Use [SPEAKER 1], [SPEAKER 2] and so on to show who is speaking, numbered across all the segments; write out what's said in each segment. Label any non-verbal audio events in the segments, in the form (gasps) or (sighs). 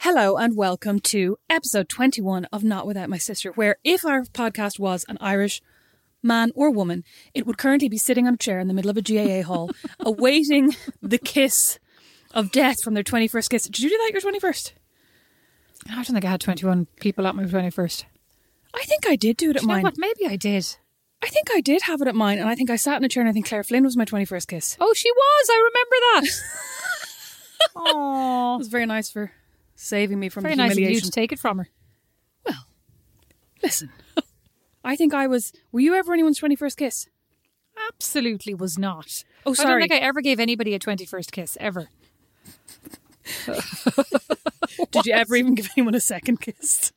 [SPEAKER 1] Hello and welcome to episode 21 of Not Without My Sister, where if our podcast was an Irish man or woman, it would currently be sitting on a chair in the middle of a GAA
[SPEAKER 2] (laughs)
[SPEAKER 1] hall, awaiting the kiss of death from their 21st kiss. Did you do that your 21st?
[SPEAKER 2] I don't think I had 21 people at my 21st.
[SPEAKER 1] I think I did do it at
[SPEAKER 2] You know
[SPEAKER 1] mine.
[SPEAKER 2] what? Maybe I did.
[SPEAKER 1] I think I did have it at mine, and I think I sat in a chair and I think Claire Flynn was my 21st kiss.
[SPEAKER 2] Oh, she was. I remember
[SPEAKER 1] (laughs)
[SPEAKER 2] that.
[SPEAKER 1] It
[SPEAKER 2] Oh,
[SPEAKER 1] was very nice for saving me from
[SPEAKER 2] very
[SPEAKER 1] the
[SPEAKER 2] nice of
[SPEAKER 1] humiliation.
[SPEAKER 2] you to take it from her.
[SPEAKER 1] Listen, I think I was. Were you ever anyone's 21st kiss?
[SPEAKER 2] Absolutely was not.
[SPEAKER 1] Oh,
[SPEAKER 2] I don't
[SPEAKER 1] sorry.
[SPEAKER 2] think I ever gave anybody a 21st kiss, ever.
[SPEAKER 1] Did you ever even give anyone a second kiss?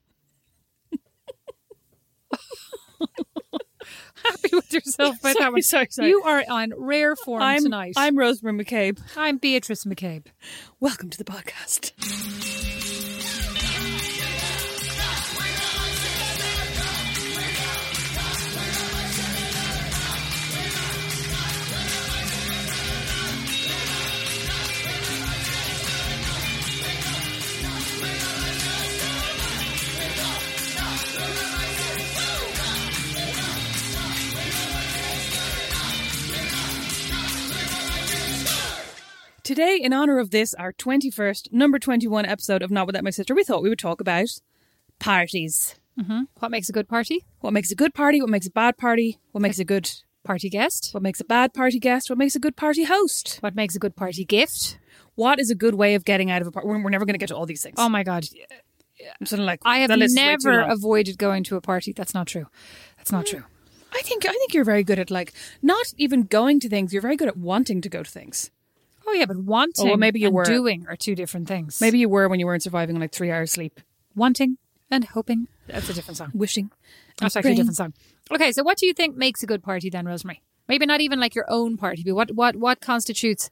[SPEAKER 2] (laughs) Happy with yourself (laughs) by
[SPEAKER 1] Sorry,
[SPEAKER 2] that one.
[SPEAKER 1] sorry, sorry.
[SPEAKER 2] You are on rare form
[SPEAKER 1] I'm,
[SPEAKER 2] tonight.
[SPEAKER 1] I'm Rosemary McCabe.
[SPEAKER 2] I'm Beatrice McCabe.
[SPEAKER 1] Welcome to the podcast. Today, in honor of this, our 21st, number 21 episode of Not Without My Sister, we thought we would talk about parties.
[SPEAKER 2] What makes a good party?
[SPEAKER 1] What makes a good party? What makes a bad party? What makes a good.
[SPEAKER 2] Party guest.
[SPEAKER 1] What makes a bad party guest? What makes a good party host?
[SPEAKER 2] What makes a good party gift?
[SPEAKER 1] What is a good way of getting out of a party? We're, we're never going to get to all these things.
[SPEAKER 2] Oh my God.
[SPEAKER 1] I'm sort of like
[SPEAKER 2] I have
[SPEAKER 1] the list is way too
[SPEAKER 2] never
[SPEAKER 1] long.
[SPEAKER 2] avoided going to a party. That's not true. That's not true.
[SPEAKER 1] I think I think you're very good at like not even going to things. You're very good at wanting to go to things.
[SPEAKER 2] Oh yeah, but wanting
[SPEAKER 1] Oh, well, maybe you
[SPEAKER 2] and
[SPEAKER 1] were.
[SPEAKER 2] doing are two different things.
[SPEAKER 1] Maybe you were when you weren't surviving on like three hours sleep,
[SPEAKER 2] wanting and hoping. That's a different song.
[SPEAKER 1] wishing. and
[SPEAKER 2] That's actually a
[SPEAKER 1] praying.
[SPEAKER 2] different song. Okay, so what do you think makes a good party then, Rosemary? Maybe not even like your own party, but what what what constitutes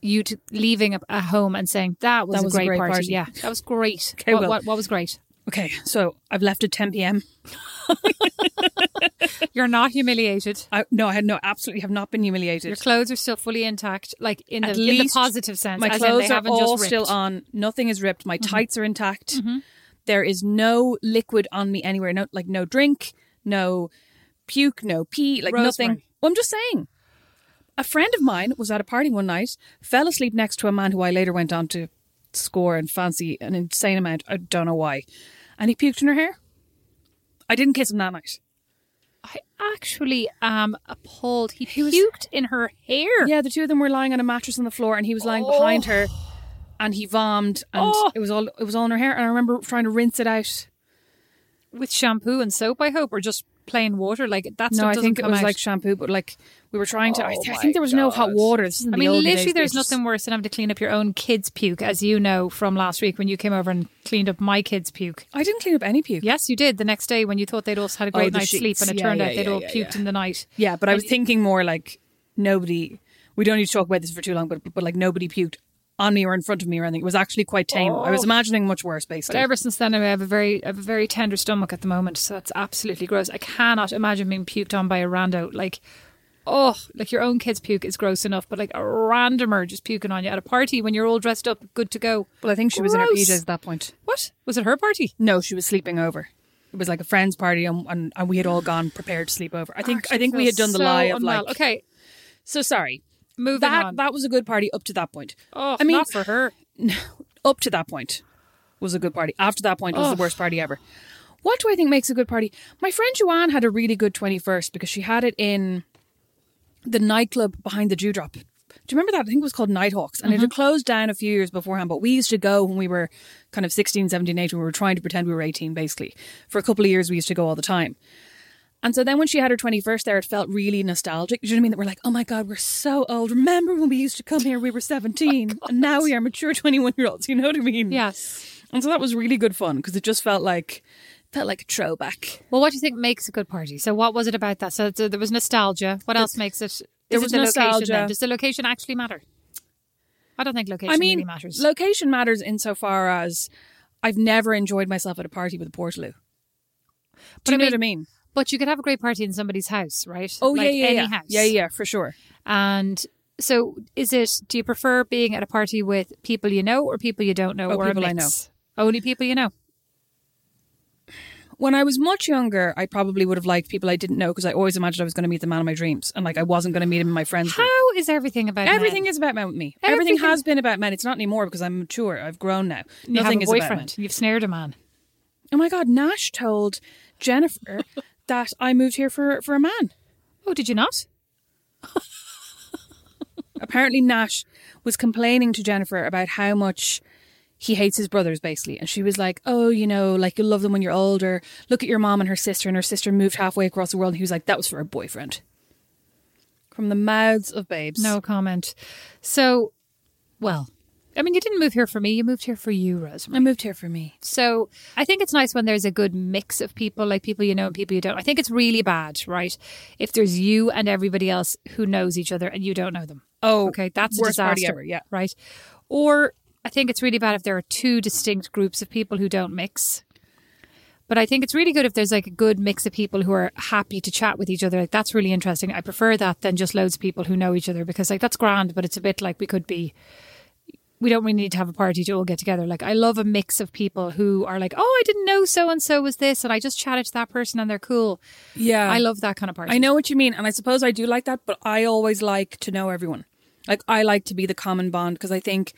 [SPEAKER 2] you to leaving a, a home and saying that was,
[SPEAKER 1] That was
[SPEAKER 2] a, great party. Yeah, that was (laughs) great.
[SPEAKER 1] Okay,
[SPEAKER 2] what,
[SPEAKER 1] well-
[SPEAKER 2] what, what was great?
[SPEAKER 1] Okay, so I've left at 10 p.m.
[SPEAKER 2] You're not humiliated.
[SPEAKER 1] I, no, I had no, absolutely have not been humiliated.
[SPEAKER 2] Your clothes are still fully intact, like in, the,
[SPEAKER 1] At
[SPEAKER 2] in the
[SPEAKER 1] least
[SPEAKER 2] positive sense.
[SPEAKER 1] My
[SPEAKER 2] as in
[SPEAKER 1] clothes
[SPEAKER 2] they
[SPEAKER 1] are
[SPEAKER 2] haven't
[SPEAKER 1] all
[SPEAKER 2] just
[SPEAKER 1] still
[SPEAKER 2] ripped. Mm-hmm.
[SPEAKER 1] on. Nothing is ripped. My tights are intact. There is no liquid on me anywhere. No, like no drink, no puke, no pee, like nothing.
[SPEAKER 2] Rosemary.
[SPEAKER 1] Well, I'm just saying. A friend of mine was at a party one night, fell asleep next to a man who I later went on to score and fancy an insane amount. I don't know why, and he puked in her hair. I didn't kiss him that night.
[SPEAKER 2] I actually am appalled. He,
[SPEAKER 1] was-
[SPEAKER 2] puked in her hair.
[SPEAKER 1] (laughs) Yeah, the two of them were lying on a mattress on the floor, and he was lying behind her, and he vomed, and
[SPEAKER 2] Oh.
[SPEAKER 1] it was all it was all in her hair. And I remember trying to rinse it out.
[SPEAKER 2] with shampoo and soap, I hope, or just plain water. Like that's
[SPEAKER 1] no,
[SPEAKER 2] not
[SPEAKER 1] I think it
[SPEAKER 2] come
[SPEAKER 1] was
[SPEAKER 2] out.
[SPEAKER 1] like shampoo, but like we were trying to. I,
[SPEAKER 2] Oh
[SPEAKER 1] th- I
[SPEAKER 2] my
[SPEAKER 1] think there was no hot
[SPEAKER 2] God.
[SPEAKER 1] water. This is in
[SPEAKER 2] I
[SPEAKER 1] the
[SPEAKER 2] mean,
[SPEAKER 1] olden
[SPEAKER 2] literally,
[SPEAKER 1] days,
[SPEAKER 2] there's
[SPEAKER 1] bitches.
[SPEAKER 2] nothing worse than having to clean up your own kids' puke, as you know from last week when you came over and cleaned up my kids' puke.
[SPEAKER 1] I didn't clean up any puke.
[SPEAKER 2] Yes, you did the next day when you thought they'd all had a
[SPEAKER 1] Oh,
[SPEAKER 2] great
[SPEAKER 1] the
[SPEAKER 2] night's sleep,
[SPEAKER 1] sheets.
[SPEAKER 2] and it
[SPEAKER 1] Yeah,
[SPEAKER 2] turned
[SPEAKER 1] yeah,
[SPEAKER 2] out they'd
[SPEAKER 1] yeah,
[SPEAKER 2] all
[SPEAKER 1] yeah,
[SPEAKER 2] puked
[SPEAKER 1] yeah.
[SPEAKER 2] in the night.
[SPEAKER 1] Yeah, but I was thinking more like nobody. We don't need to talk about this for too long, but but like nobody puked on me or in front of me or anything. It was actually quite tame. I was imagining much worse,
[SPEAKER 2] But
[SPEAKER 1] basically.
[SPEAKER 2] ever since then, I have a very, I have a very tender stomach at the moment, so that's absolutely gross. I cannot imagine being puked on by a rando. Like, oh, like your own kids' puke is gross enough, but like a randomer just puking on you at a party when you're all dressed up, good to go.
[SPEAKER 1] well, I think she was in her
[SPEAKER 2] Gross.
[SPEAKER 1] PJs at that point.
[SPEAKER 2] What was it? Her party?
[SPEAKER 1] No, she was sleeping over. It was like a friend's party, and, and, and we had all gone prepared to sleep over. I think I think we had done the
[SPEAKER 2] so
[SPEAKER 1] lie of
[SPEAKER 2] unwell.
[SPEAKER 1] like.
[SPEAKER 2] okay,
[SPEAKER 1] So sorry.
[SPEAKER 2] moving
[SPEAKER 1] That
[SPEAKER 2] on.
[SPEAKER 1] that was a good party up to that point.
[SPEAKER 2] oh,
[SPEAKER 1] I mean,
[SPEAKER 2] not for her.
[SPEAKER 1] (laughs) up to that point was a good party. After that point was the
[SPEAKER 2] Ugh.
[SPEAKER 1] worst party ever. What do I think makes a good party? My friend Joanne had a really good 21st because she had it in the nightclub behind the dewdrop. Do you remember that? I think it was called Nighthawks. And it had closed down a few years beforehand, but we used to go when we were kind of 16, 17, 18. We were trying to pretend we were 18, basically. For a couple of years, we used to go all the time. And so then when she had her 21st there, it felt really nostalgic. Do you know what I mean? That we're like, oh my God, we're so old. Remember when we used to come here, we were 17, and now we are mature 21 year olds. You know what I mean?
[SPEAKER 2] Yes.
[SPEAKER 1] And so that was really good fun because it just felt like felt like a throwback.
[SPEAKER 2] Well, what do you think makes a good party? So, what was it about that? So, so there was nostalgia. What else makes it?
[SPEAKER 1] there
[SPEAKER 2] is
[SPEAKER 1] was
[SPEAKER 2] it the Location,
[SPEAKER 1] nostalgia.
[SPEAKER 2] then? Does the location actually matter? I don't think location
[SPEAKER 1] I mean,
[SPEAKER 2] really matters.
[SPEAKER 1] location matters insofar as I've never enjoyed myself at a party with a Portaloo. Do
[SPEAKER 2] But
[SPEAKER 1] you
[SPEAKER 2] I
[SPEAKER 1] know
[SPEAKER 2] mean-
[SPEAKER 1] what I mean?
[SPEAKER 2] but you could have a great party in somebody's house, right?
[SPEAKER 1] Oh
[SPEAKER 2] like
[SPEAKER 1] yeah, yeah,
[SPEAKER 2] any
[SPEAKER 1] yeah,
[SPEAKER 2] house.
[SPEAKER 1] yeah, yeah, for sure.
[SPEAKER 2] And so, is it? Do you prefer being at a party with people you know or people you don't know,
[SPEAKER 1] Oh,
[SPEAKER 2] or a
[SPEAKER 1] people I know.
[SPEAKER 2] mix? Only people you know.
[SPEAKER 1] When I was much younger, I probably would have liked people I didn't know because I always imagined I was going to meet the man of my dreams, and like I wasn't going to meet him in my friends group.
[SPEAKER 2] How is everything about men?
[SPEAKER 1] Everything is about men with me. Everything,
[SPEAKER 2] Everything-
[SPEAKER 1] has been about men. It's not anymore because I'm mature. I've grown now.
[SPEAKER 2] You have
[SPEAKER 1] Nothing
[SPEAKER 2] a
[SPEAKER 1] is
[SPEAKER 2] boyfriend.
[SPEAKER 1] about men.
[SPEAKER 2] You've snared a man.
[SPEAKER 1] Oh my God, Nash told Jennifer (laughs) that I moved here for, for a man.
[SPEAKER 2] Oh, did you not?
[SPEAKER 1] Apparently, Nash was complaining to Jennifer about how much he hates his brothers, basically. And she was like, Oh, you know, like you'll love them when you're older. Look at your mom and her sister, and her sister moved halfway across the world. And he was like, That was for a boyfriend. From the mouths of babes.
[SPEAKER 2] No comment. So, well, I mean, you didn't move here for me. You moved here for you, Rosemary.
[SPEAKER 1] I moved here for me.
[SPEAKER 2] So I think it's nice when there's a good mix of people, like people you know and people you don't. I think it's really bad, right? If there's you and everybody else who knows each other and you don't know them.
[SPEAKER 1] Oh,
[SPEAKER 2] okay, that's a
[SPEAKER 1] worst
[SPEAKER 2] disaster,
[SPEAKER 1] party ever, yeah.
[SPEAKER 2] right? Or I think it's really bad if there are two distinct groups of people who don't mix. But I think it's really good if there's like a good mix of people who are happy to chat with each other. Like that's really interesting. I prefer that than just loads of people who know each other because like that's grand, but it's a bit like we could be we don't really need to have a party to all get together. Like I love a mix of people who are like, "Oh, I didn't know so and so was this," and I just chatted to that person and they're cool.
[SPEAKER 1] Yeah.
[SPEAKER 2] I love that kind of party.
[SPEAKER 1] I know what you mean, and I suppose I do like that, but I always like to know everyone. Like I like to be the common bond because I think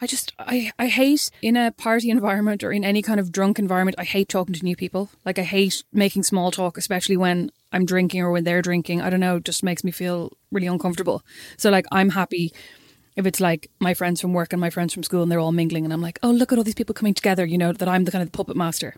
[SPEAKER 1] I just I I hate in a party (laughs) environment or in any kind of drunk environment. I hate talking to new people. Like I hate making small talk, especially when I'm drinking or when they're drinking. I don't know, it just makes me feel really uncomfortable. So like I'm happy if it's like my friends from work and my friends from school and they're all mingling and I'm like, "Oh, look at all these people coming together," you know, that I'm the kind of puppet master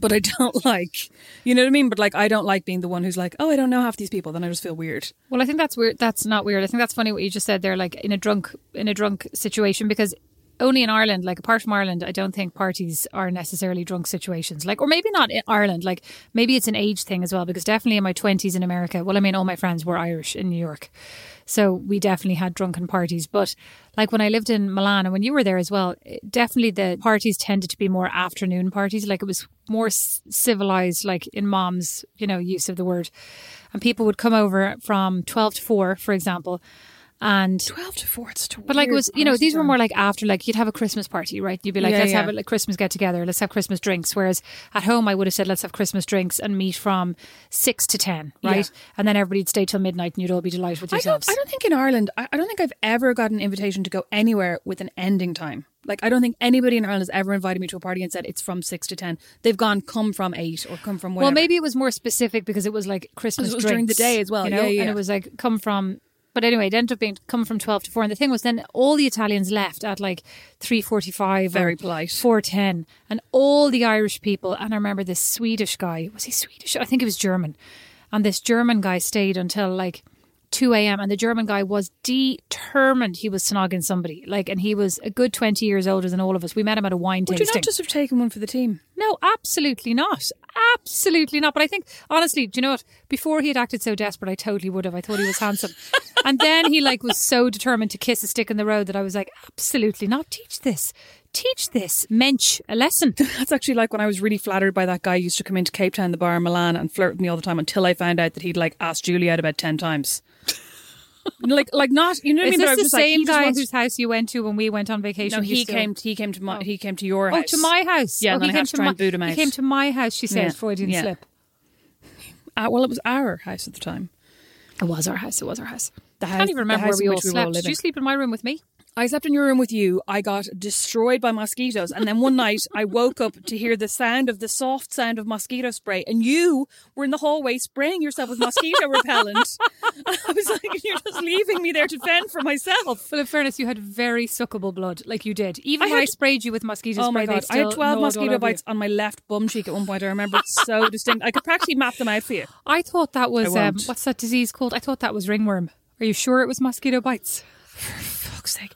[SPEAKER 1] but I don't (laughs) like, you know what I mean? But like, I don't like being the one who's like, oh, I don't know half these people. Then I just feel weird.
[SPEAKER 2] Well, I think that's weird. That's not weird. I think that's funny what you just said there, like in a drunk in a drunk situation, because only in Ireland, like apart from Ireland, I don't think parties are necessarily drunk situations. Like, or maybe not in Ireland. Like, maybe it's an age thing as well, because definitely in my twenties in America, well, I mean, all my friends were Irish in New York, so we definitely had drunken parties. But like when I lived in Milan and when you were there as well, it- definitely the parties tended to be more afternoon parties. Like it was more s- civilized, like in mom's, you know, use of the word and people would come over from 12 to 4 for example and
[SPEAKER 1] 12 to 4, it's too
[SPEAKER 2] but like it was you know these were more like after like you'd have a christmas party right you'd be like
[SPEAKER 1] Yeah,
[SPEAKER 2] let's
[SPEAKER 1] yeah.
[SPEAKER 2] have a like, christmas get together let's have christmas drinks whereas at home i would have said let's have christmas drinks and meet from 6 to 10 right and then everybody'd stay till midnight and you'd all be delighted with
[SPEAKER 1] I don't,
[SPEAKER 2] yourselves
[SPEAKER 1] I don't think in Ireland, I, I don't think I've ever got an invitation to go anywhere with an ending time. Like, I don't think anybody in Ireland has ever invited me to a party and said it's from 6 to 10. They've gone, come from 8 or come from whatever.
[SPEAKER 2] well maybe it was more specific because it was like christmas
[SPEAKER 1] It was during the
[SPEAKER 2] drinks,
[SPEAKER 1] day as well.
[SPEAKER 2] you know?
[SPEAKER 1] Yeah, yeah,
[SPEAKER 2] and
[SPEAKER 1] yeah.
[SPEAKER 2] it was like come from but anyway it ended up being come from 12 to 4 and the thing was then all the italians left at like 3.45
[SPEAKER 1] Very
[SPEAKER 2] or
[SPEAKER 1] polite.
[SPEAKER 2] 410 and all the irish people and i remember this swedish guy was he swedish i think he was german and this german guy stayed until like 2 a.m. and the german guy was determined he was snogging somebody like and he was a good 20 years older than all of us we met him at a wine
[SPEAKER 1] Would you
[SPEAKER 2] tasting
[SPEAKER 1] not just have taken one for the team?
[SPEAKER 2] no, absolutely not. Absolutely not. But I think, honestly, do you know what? Before he had acted so desperate, I totally would have. I thought he
[SPEAKER 1] (laughs)
[SPEAKER 2] was handsome. and then he like was so determined to kiss a stick in the road that I was like, absolutely not. Teach this. Teach this mensch a lesson.
[SPEAKER 1] That's actually like when (laughs) I was really flattered by that guy who used to come into Cape Town, the bar in Milan, and flirt with me all the time until I found out that he'd like asked Julie out about 10 (laughs) times. like, like not, you know what I
[SPEAKER 2] Is
[SPEAKER 1] mean? But I
[SPEAKER 2] this
[SPEAKER 1] was
[SPEAKER 2] the
[SPEAKER 1] just like,
[SPEAKER 2] same
[SPEAKER 1] he just
[SPEAKER 2] guy
[SPEAKER 1] wants-
[SPEAKER 2] whose house you went to when we went on vacation?
[SPEAKER 1] No,
[SPEAKER 2] You
[SPEAKER 1] he
[SPEAKER 2] still-
[SPEAKER 1] came. He came to my. He came to your
[SPEAKER 2] Oh,
[SPEAKER 1] house.
[SPEAKER 2] to my house.
[SPEAKER 1] Yeah,
[SPEAKER 2] oh,
[SPEAKER 1] and
[SPEAKER 2] he
[SPEAKER 1] then I
[SPEAKER 2] came
[SPEAKER 1] had to
[SPEAKER 2] to
[SPEAKER 1] try
[SPEAKER 2] my,
[SPEAKER 1] and boot him
[SPEAKER 2] He
[SPEAKER 1] out.
[SPEAKER 2] came to my house. She says
[SPEAKER 1] Yeah,
[SPEAKER 2] Freudian
[SPEAKER 1] yeah.
[SPEAKER 2] slip.
[SPEAKER 1] Uh, well, it was our house at the time.
[SPEAKER 2] It was our house. It was our house.
[SPEAKER 1] The
[SPEAKER 2] I
[SPEAKER 1] house-
[SPEAKER 2] can't even
[SPEAKER 1] the
[SPEAKER 2] remember where
[SPEAKER 1] house
[SPEAKER 2] we
[SPEAKER 1] in
[SPEAKER 2] all
[SPEAKER 1] which we were all
[SPEAKER 2] slept. Did
[SPEAKER 1] living.
[SPEAKER 2] you sleep in my room with me?
[SPEAKER 1] I slept in your room with you. I got destroyed by mosquitoes, and then one night I woke up to hear the sound of the soft sound of mosquito spray, and you were in the hallway spraying yourself with mosquito repellent. (laughs) I was like, "You're just leaving me there to fend for myself."
[SPEAKER 2] Well, in fairness, you had very suckable blood, like you did. Even
[SPEAKER 1] I
[SPEAKER 2] when I
[SPEAKER 1] had-
[SPEAKER 2] sprayed you with mosquito
[SPEAKER 1] Oh
[SPEAKER 2] spray,
[SPEAKER 1] my
[SPEAKER 2] they
[SPEAKER 1] god! I
[SPEAKER 2] still
[SPEAKER 1] had twelve
[SPEAKER 2] gnawed all over
[SPEAKER 1] mosquito
[SPEAKER 2] you.
[SPEAKER 1] bites on my left bum cheek at one point. I remember it so distinct. I could practically map them out for
[SPEAKER 2] (gasps)
[SPEAKER 1] you.
[SPEAKER 2] I thought that was
[SPEAKER 1] I
[SPEAKER 2] um,
[SPEAKER 1] won't.
[SPEAKER 2] what's that disease called? I thought that was ringworm. Are you sure it was mosquito bites?
[SPEAKER 1] fuck's sake!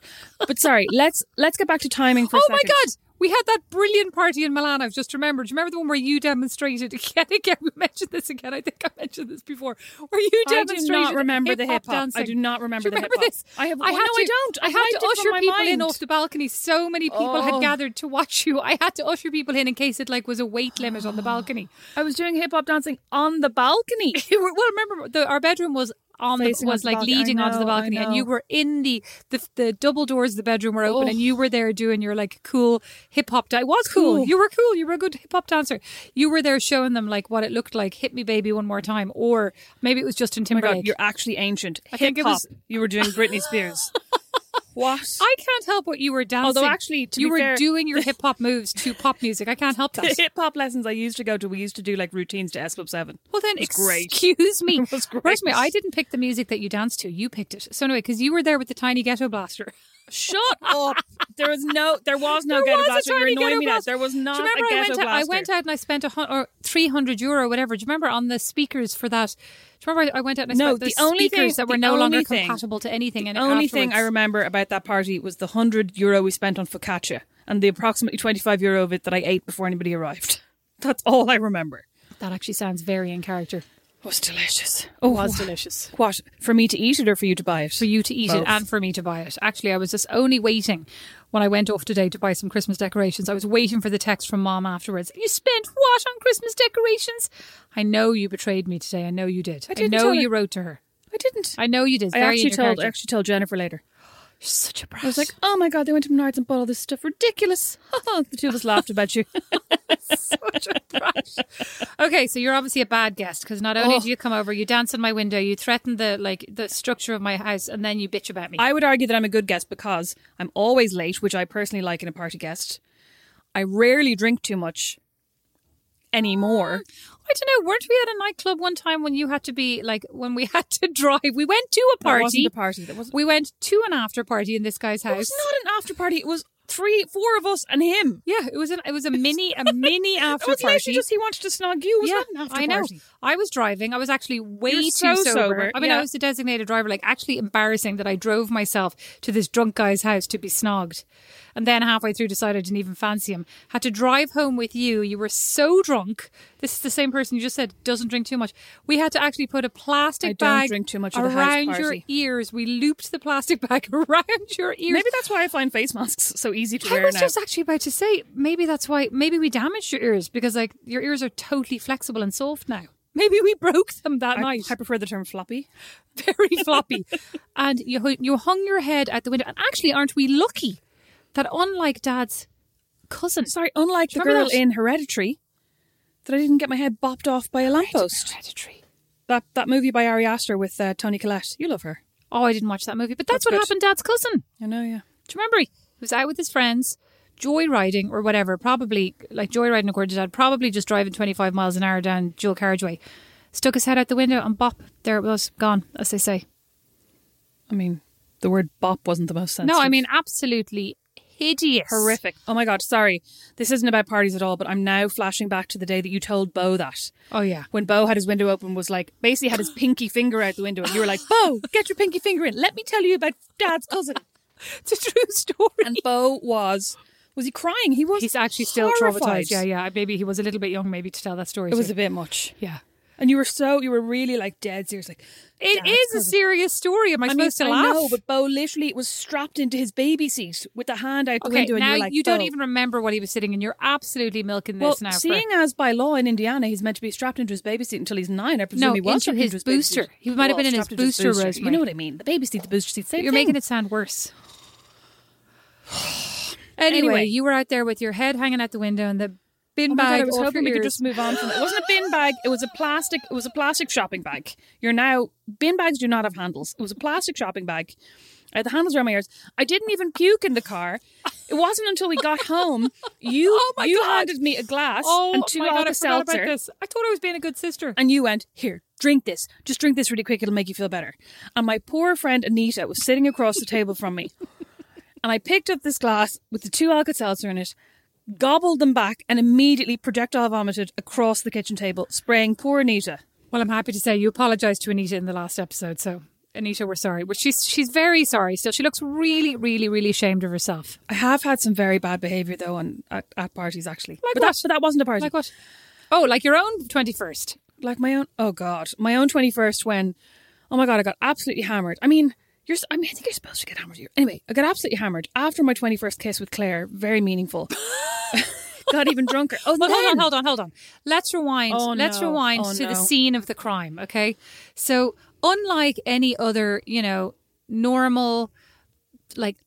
[SPEAKER 1] But sorry, let's let's get back to timing for a
[SPEAKER 2] oh
[SPEAKER 1] second.
[SPEAKER 2] my god! We had that brilliant party in Milan. I've just remembered. Do you remember the one where you demonstrated again? (laughs) Again, we mentioned this again. I think I mentioned this before. Where you
[SPEAKER 1] I
[SPEAKER 2] demonstrated?
[SPEAKER 1] do not remember the hip hop.
[SPEAKER 2] dancing.
[SPEAKER 1] I do not remember,
[SPEAKER 2] Do you remember
[SPEAKER 1] the hip
[SPEAKER 2] this?
[SPEAKER 1] hop. I have.
[SPEAKER 2] had
[SPEAKER 1] no,
[SPEAKER 2] to,
[SPEAKER 1] I don't.
[SPEAKER 2] I had
[SPEAKER 1] wiped
[SPEAKER 2] to
[SPEAKER 1] it from
[SPEAKER 2] usher
[SPEAKER 1] my
[SPEAKER 2] people in
[SPEAKER 1] mind.
[SPEAKER 2] off the balcony. So many people
[SPEAKER 1] Oh.
[SPEAKER 2] had gathered to watch you. I had to usher people in in case it like was a
[SPEAKER 1] (gasps)
[SPEAKER 2] weight limit on the balcony.
[SPEAKER 1] I was doing hip hop dancing on the balcony.
[SPEAKER 2] (laughs)
[SPEAKER 1] Oh
[SPEAKER 2] It were- well, remember the, our bedroom was on the,
[SPEAKER 1] Facing onto
[SPEAKER 2] was
[SPEAKER 1] the
[SPEAKER 2] like
[SPEAKER 1] balcony. I
[SPEAKER 2] leading onto the
[SPEAKER 1] know, I
[SPEAKER 2] balcony, and you
[SPEAKER 1] know.
[SPEAKER 2] were in the the, the double doors of the bedroom were open,
[SPEAKER 1] Oh.
[SPEAKER 2] and you were there doing your like cool hip hop. Da- it was cool.
[SPEAKER 1] Cool.
[SPEAKER 2] You were cool. You were a good hip hop dancer. You were there showing them like what it looked like. Hit me, baby, one more time, or maybe it was Justin
[SPEAKER 1] Oh my
[SPEAKER 2] Timberlake.
[SPEAKER 1] god, you're actually ancient. I
[SPEAKER 2] think it was-
[SPEAKER 1] You were doing Britney Spears. (laughs) what?
[SPEAKER 2] I can't help what you were dancing.
[SPEAKER 1] Although actually, to
[SPEAKER 2] you
[SPEAKER 1] be
[SPEAKER 2] were
[SPEAKER 1] fair-
[SPEAKER 2] doing your hip hop moves to pop music. I can't help
[SPEAKER 1] the (laughs)
[SPEAKER 2] that.
[SPEAKER 1] hip hop lessons I used to go to, we used to do like routines to S Club Seven.
[SPEAKER 2] Well
[SPEAKER 1] (laughs)
[SPEAKER 2] then,
[SPEAKER 1] It was great.
[SPEAKER 2] excuse me.
[SPEAKER 1] was great.
[SPEAKER 2] Rosemary, I didn't pick the music that you danced to. You picked it. So anyway, because you were there with the tiny ghetto blaster.
[SPEAKER 1] Shut up! There was no, there was (laughs) no
[SPEAKER 2] There
[SPEAKER 1] ghetto
[SPEAKER 2] was a
[SPEAKER 1] blaster. You're
[SPEAKER 2] tiny
[SPEAKER 1] annoying
[SPEAKER 2] ghetto
[SPEAKER 1] me now.
[SPEAKER 2] blaster.
[SPEAKER 1] There was
[SPEAKER 2] Do
[SPEAKER 1] not
[SPEAKER 2] you remember
[SPEAKER 1] a
[SPEAKER 2] I
[SPEAKER 1] ghetto
[SPEAKER 2] went out,
[SPEAKER 1] blaster.
[SPEAKER 2] I went out and I spent a hun- or three hundred euro, whatever. Do you remember on the speakers for that? Do you remember I went out and I
[SPEAKER 1] No,
[SPEAKER 2] spent
[SPEAKER 1] the only thing-
[SPEAKER 2] speakers that were
[SPEAKER 1] the
[SPEAKER 2] no longer
[SPEAKER 1] only thing-
[SPEAKER 2] compatible to anything? and
[SPEAKER 1] The only thing I
[SPEAKER 2] afterwards-
[SPEAKER 1] remember about that party was the hundred euro we spent on focaccia and the approximately twenty five euro of it that I ate before anybody arrived. (laughs) That's all I remember.
[SPEAKER 2] that actually sounds very in character.
[SPEAKER 1] It was delicious. Oh,
[SPEAKER 2] It was
[SPEAKER 1] wha-
[SPEAKER 2] delicious.
[SPEAKER 1] What for me to eat it or for you to buy it?
[SPEAKER 2] for you to eat it
[SPEAKER 1] Both.
[SPEAKER 2] and for me to buy it. Actually, I was just only waiting when I went off today to buy some Christmas decorations. I was waiting for the text from mom afterwards. You spent what on Christmas decorations? I know you betrayed me today. I know you did. I,
[SPEAKER 1] didn't
[SPEAKER 2] know
[SPEAKER 1] tell her.
[SPEAKER 2] you wrote to her.
[SPEAKER 1] I didn't.
[SPEAKER 2] I know you did.
[SPEAKER 1] I
[SPEAKER 2] Very
[SPEAKER 1] actually
[SPEAKER 2] in your
[SPEAKER 1] told I
[SPEAKER 2] character.
[SPEAKER 1] actually told Jennifer later.
[SPEAKER 2] You're such a brat.
[SPEAKER 1] I was like, oh my god, they went to Menards and bought all this stuff. Ridiculous. (laughs) the two of us laughed about (laughs) you.
[SPEAKER 2] such a brat. okay, so you're obviously a bad guest because not only
[SPEAKER 1] Oh.
[SPEAKER 2] do you come over, you dance in my window, you threaten the like the structure of my house, and then you bitch about me.
[SPEAKER 1] I would argue that I'm a good guest because I'm always late, which I personally like in a party guest. I rarely drink too much anymore.
[SPEAKER 2] I don't know. Weren't we at a nightclub one time when you had to be like when we (laughs) had to drive? We went to a
[SPEAKER 1] That
[SPEAKER 2] party.
[SPEAKER 1] wasn't a party. That wasn't.
[SPEAKER 2] We went to an after party in this guy's
[SPEAKER 1] It
[SPEAKER 2] house.
[SPEAKER 1] was not an after party. It was three, four of us and him.
[SPEAKER 2] yeah, it was an, it was a mini a
[SPEAKER 1] (laughs)
[SPEAKER 2] mini
[SPEAKER 1] It
[SPEAKER 2] after
[SPEAKER 1] was
[SPEAKER 2] party.
[SPEAKER 1] literally just he wanted to snog you. It was
[SPEAKER 2] yeah,
[SPEAKER 1] not an after
[SPEAKER 2] I know.
[SPEAKER 1] party.
[SPEAKER 2] I was driving. I was actually way
[SPEAKER 1] You're
[SPEAKER 2] too
[SPEAKER 1] so
[SPEAKER 2] sober.
[SPEAKER 1] sober,
[SPEAKER 2] I mean, I
[SPEAKER 1] yeah.
[SPEAKER 2] was the designated driver. Like, actually embarrassing that I drove myself to this drunk guy's house to be snogged, and then halfway through decided I didn't even fancy him. Had to drive home with you. You were so drunk. This is the same person you just said doesn't drink too much. We had to actually put a plastic
[SPEAKER 1] I don't
[SPEAKER 2] bag
[SPEAKER 1] drink too much at a house
[SPEAKER 2] around your
[SPEAKER 1] party.
[SPEAKER 2] ears. We looped the plastic (laughs) bag around your ears.
[SPEAKER 1] Maybe that's why I find face masks so easy to
[SPEAKER 2] I
[SPEAKER 1] wear
[SPEAKER 2] was
[SPEAKER 1] now.
[SPEAKER 2] just actually about to say maybe that's why maybe we damaged your ears because like your ears are totally flexible and soft now. (laughs) Maybe we broke them that
[SPEAKER 1] I,
[SPEAKER 2] night.
[SPEAKER 1] I prefer the term floppy.
[SPEAKER 2] (laughs) Very floppy, and you hu- you hung your head out the window. And actually, aren't we lucky that unlike Dad's cousin,
[SPEAKER 1] Sorry, unlike the
[SPEAKER 2] remember
[SPEAKER 1] girl
[SPEAKER 2] that?
[SPEAKER 1] in Hereditary, that I didn't get my head bopped off by a lamppost.
[SPEAKER 2] hereditary.
[SPEAKER 1] That that movie by Ari Aster with uh, Tony Collette. You love her.
[SPEAKER 2] Oh, I didn't watch that movie, but
[SPEAKER 1] That's
[SPEAKER 2] that's, what
[SPEAKER 1] good.
[SPEAKER 2] happened. Dad's cousin.
[SPEAKER 1] I know, yeah.
[SPEAKER 2] Do you remember he was out with his friends, joyriding or whatever, probably like joyriding according to dad, probably just driving 25 miles an hour down dual carriageway. Stuck his head out the window and bop, there it was, gone, as they say.
[SPEAKER 1] I mean, the word bop wasn't the most sensitive.
[SPEAKER 2] No, I mean, absolutely hideous.
[SPEAKER 1] horrific. Oh my god, sorry. This isn't about parties at all, but I'm now flashing back to the day that you told Bo that.
[SPEAKER 2] Oh, yeah.
[SPEAKER 1] When Bo had his window open was like basically
[SPEAKER 2] (gasps)
[SPEAKER 1] had his pinky finger out the window and you were like, "Bo, get your pinky finger in. Let me tell you about dad's cousin."
[SPEAKER 2] It's a true story.
[SPEAKER 1] And Bo was was he crying? He was
[SPEAKER 2] He's actually still
[SPEAKER 1] horrified.
[SPEAKER 2] traumatized. Yeah, yeah. Maybe he was a little bit young, maybe, to tell that story.
[SPEAKER 1] It was
[SPEAKER 2] too.
[SPEAKER 1] a bit much.
[SPEAKER 2] yeah.
[SPEAKER 1] And you were so you were really like dead serious like
[SPEAKER 2] It
[SPEAKER 1] Dad's
[SPEAKER 2] is a
[SPEAKER 1] cousin.
[SPEAKER 2] serious story. Am I,
[SPEAKER 1] I mean,
[SPEAKER 2] supposed to
[SPEAKER 1] I
[SPEAKER 2] laugh?
[SPEAKER 1] know, but Bo literally was strapped into his baby seat with the hand out the
[SPEAKER 2] okay,
[SPEAKER 1] window, and
[SPEAKER 2] now
[SPEAKER 1] you're like,
[SPEAKER 2] you don't
[SPEAKER 1] "Bo."
[SPEAKER 2] even remember what he was sitting in. You're absolutely milking
[SPEAKER 1] Well,
[SPEAKER 2] this now. for-
[SPEAKER 1] seeing as by law in Indiana he's meant to be strapped into his baby seat until he's nine, I presume
[SPEAKER 2] No,
[SPEAKER 1] he was
[SPEAKER 2] into
[SPEAKER 1] strapped
[SPEAKER 2] his
[SPEAKER 1] into his baby
[SPEAKER 2] booster.
[SPEAKER 1] seat.
[SPEAKER 2] He might have been in his
[SPEAKER 1] strapped into
[SPEAKER 2] booster,
[SPEAKER 1] You
[SPEAKER 2] Rosemary.
[SPEAKER 1] know what I mean? The baby seat, the booster seat, same
[SPEAKER 2] You're
[SPEAKER 1] thing.
[SPEAKER 2] making it
[SPEAKER 1] (sighs)
[SPEAKER 2] sound worse. Anyway,
[SPEAKER 1] Anyway.
[SPEAKER 2] you were out there with your head hanging out the window and the bin
[SPEAKER 1] Oh my God,
[SPEAKER 2] bag.
[SPEAKER 1] I was
[SPEAKER 2] off
[SPEAKER 1] hoping
[SPEAKER 2] your
[SPEAKER 1] we could
[SPEAKER 2] ears.
[SPEAKER 1] just move on from it. It wasn't a bin bag. It was a plastic. It was a plastic shopping bag. You're now bin bags do not have handles. It was a plastic shopping bag. I had the handles around my ears. I didn't even puke in the car. It wasn't until we got home
[SPEAKER 2] (laughs)
[SPEAKER 1] you
[SPEAKER 2] Oh my
[SPEAKER 1] you
[SPEAKER 2] God.
[SPEAKER 1] handed me a glass
[SPEAKER 2] Oh
[SPEAKER 1] and two
[SPEAKER 2] my god! I
[SPEAKER 1] Alka
[SPEAKER 2] forgot
[SPEAKER 1] Seltzer.
[SPEAKER 2] about this. I thought I was being a good sister.
[SPEAKER 1] and you went, Here, drink this. Just drink this really quick. It'll make you feel better. And my poor friend Anita was sitting across the table from me. And I picked up this glass with the two Alka Seltzer in it, gobbled them back, and immediately projectile vomited across the kitchen table, spraying poor Anita.
[SPEAKER 2] Well, I'm happy to say you apologised to Anita in the last episode. So, Anita, we're sorry. But she's she's very sorry still. She looks really, really, really ashamed of herself.
[SPEAKER 1] I have had some very bad behaviour, though, on, at, at parties, actually.
[SPEAKER 2] Like
[SPEAKER 1] but,
[SPEAKER 2] what?
[SPEAKER 1] That, but that wasn't a party.
[SPEAKER 2] Like what? Oh, like your own twenty first.
[SPEAKER 1] like my own oh god my own 21st when oh my god i got absolutely hammered i mean you're s- i mean i think you're supposed to get hammered here. anyway i got absolutely hammered after my 21st kiss with claire very
[SPEAKER 2] (laughs)
[SPEAKER 1] meaningful (laughs) got even drunker oh
[SPEAKER 2] Well, hold
[SPEAKER 1] then-
[SPEAKER 2] on, hold on, hold on. Let's rewind.
[SPEAKER 1] Oh,
[SPEAKER 2] Let's
[SPEAKER 1] no.
[SPEAKER 2] rewind
[SPEAKER 1] Oh,
[SPEAKER 2] to
[SPEAKER 1] no.
[SPEAKER 2] the scene of the crime. Okay, so unlike any other, you know, normal, like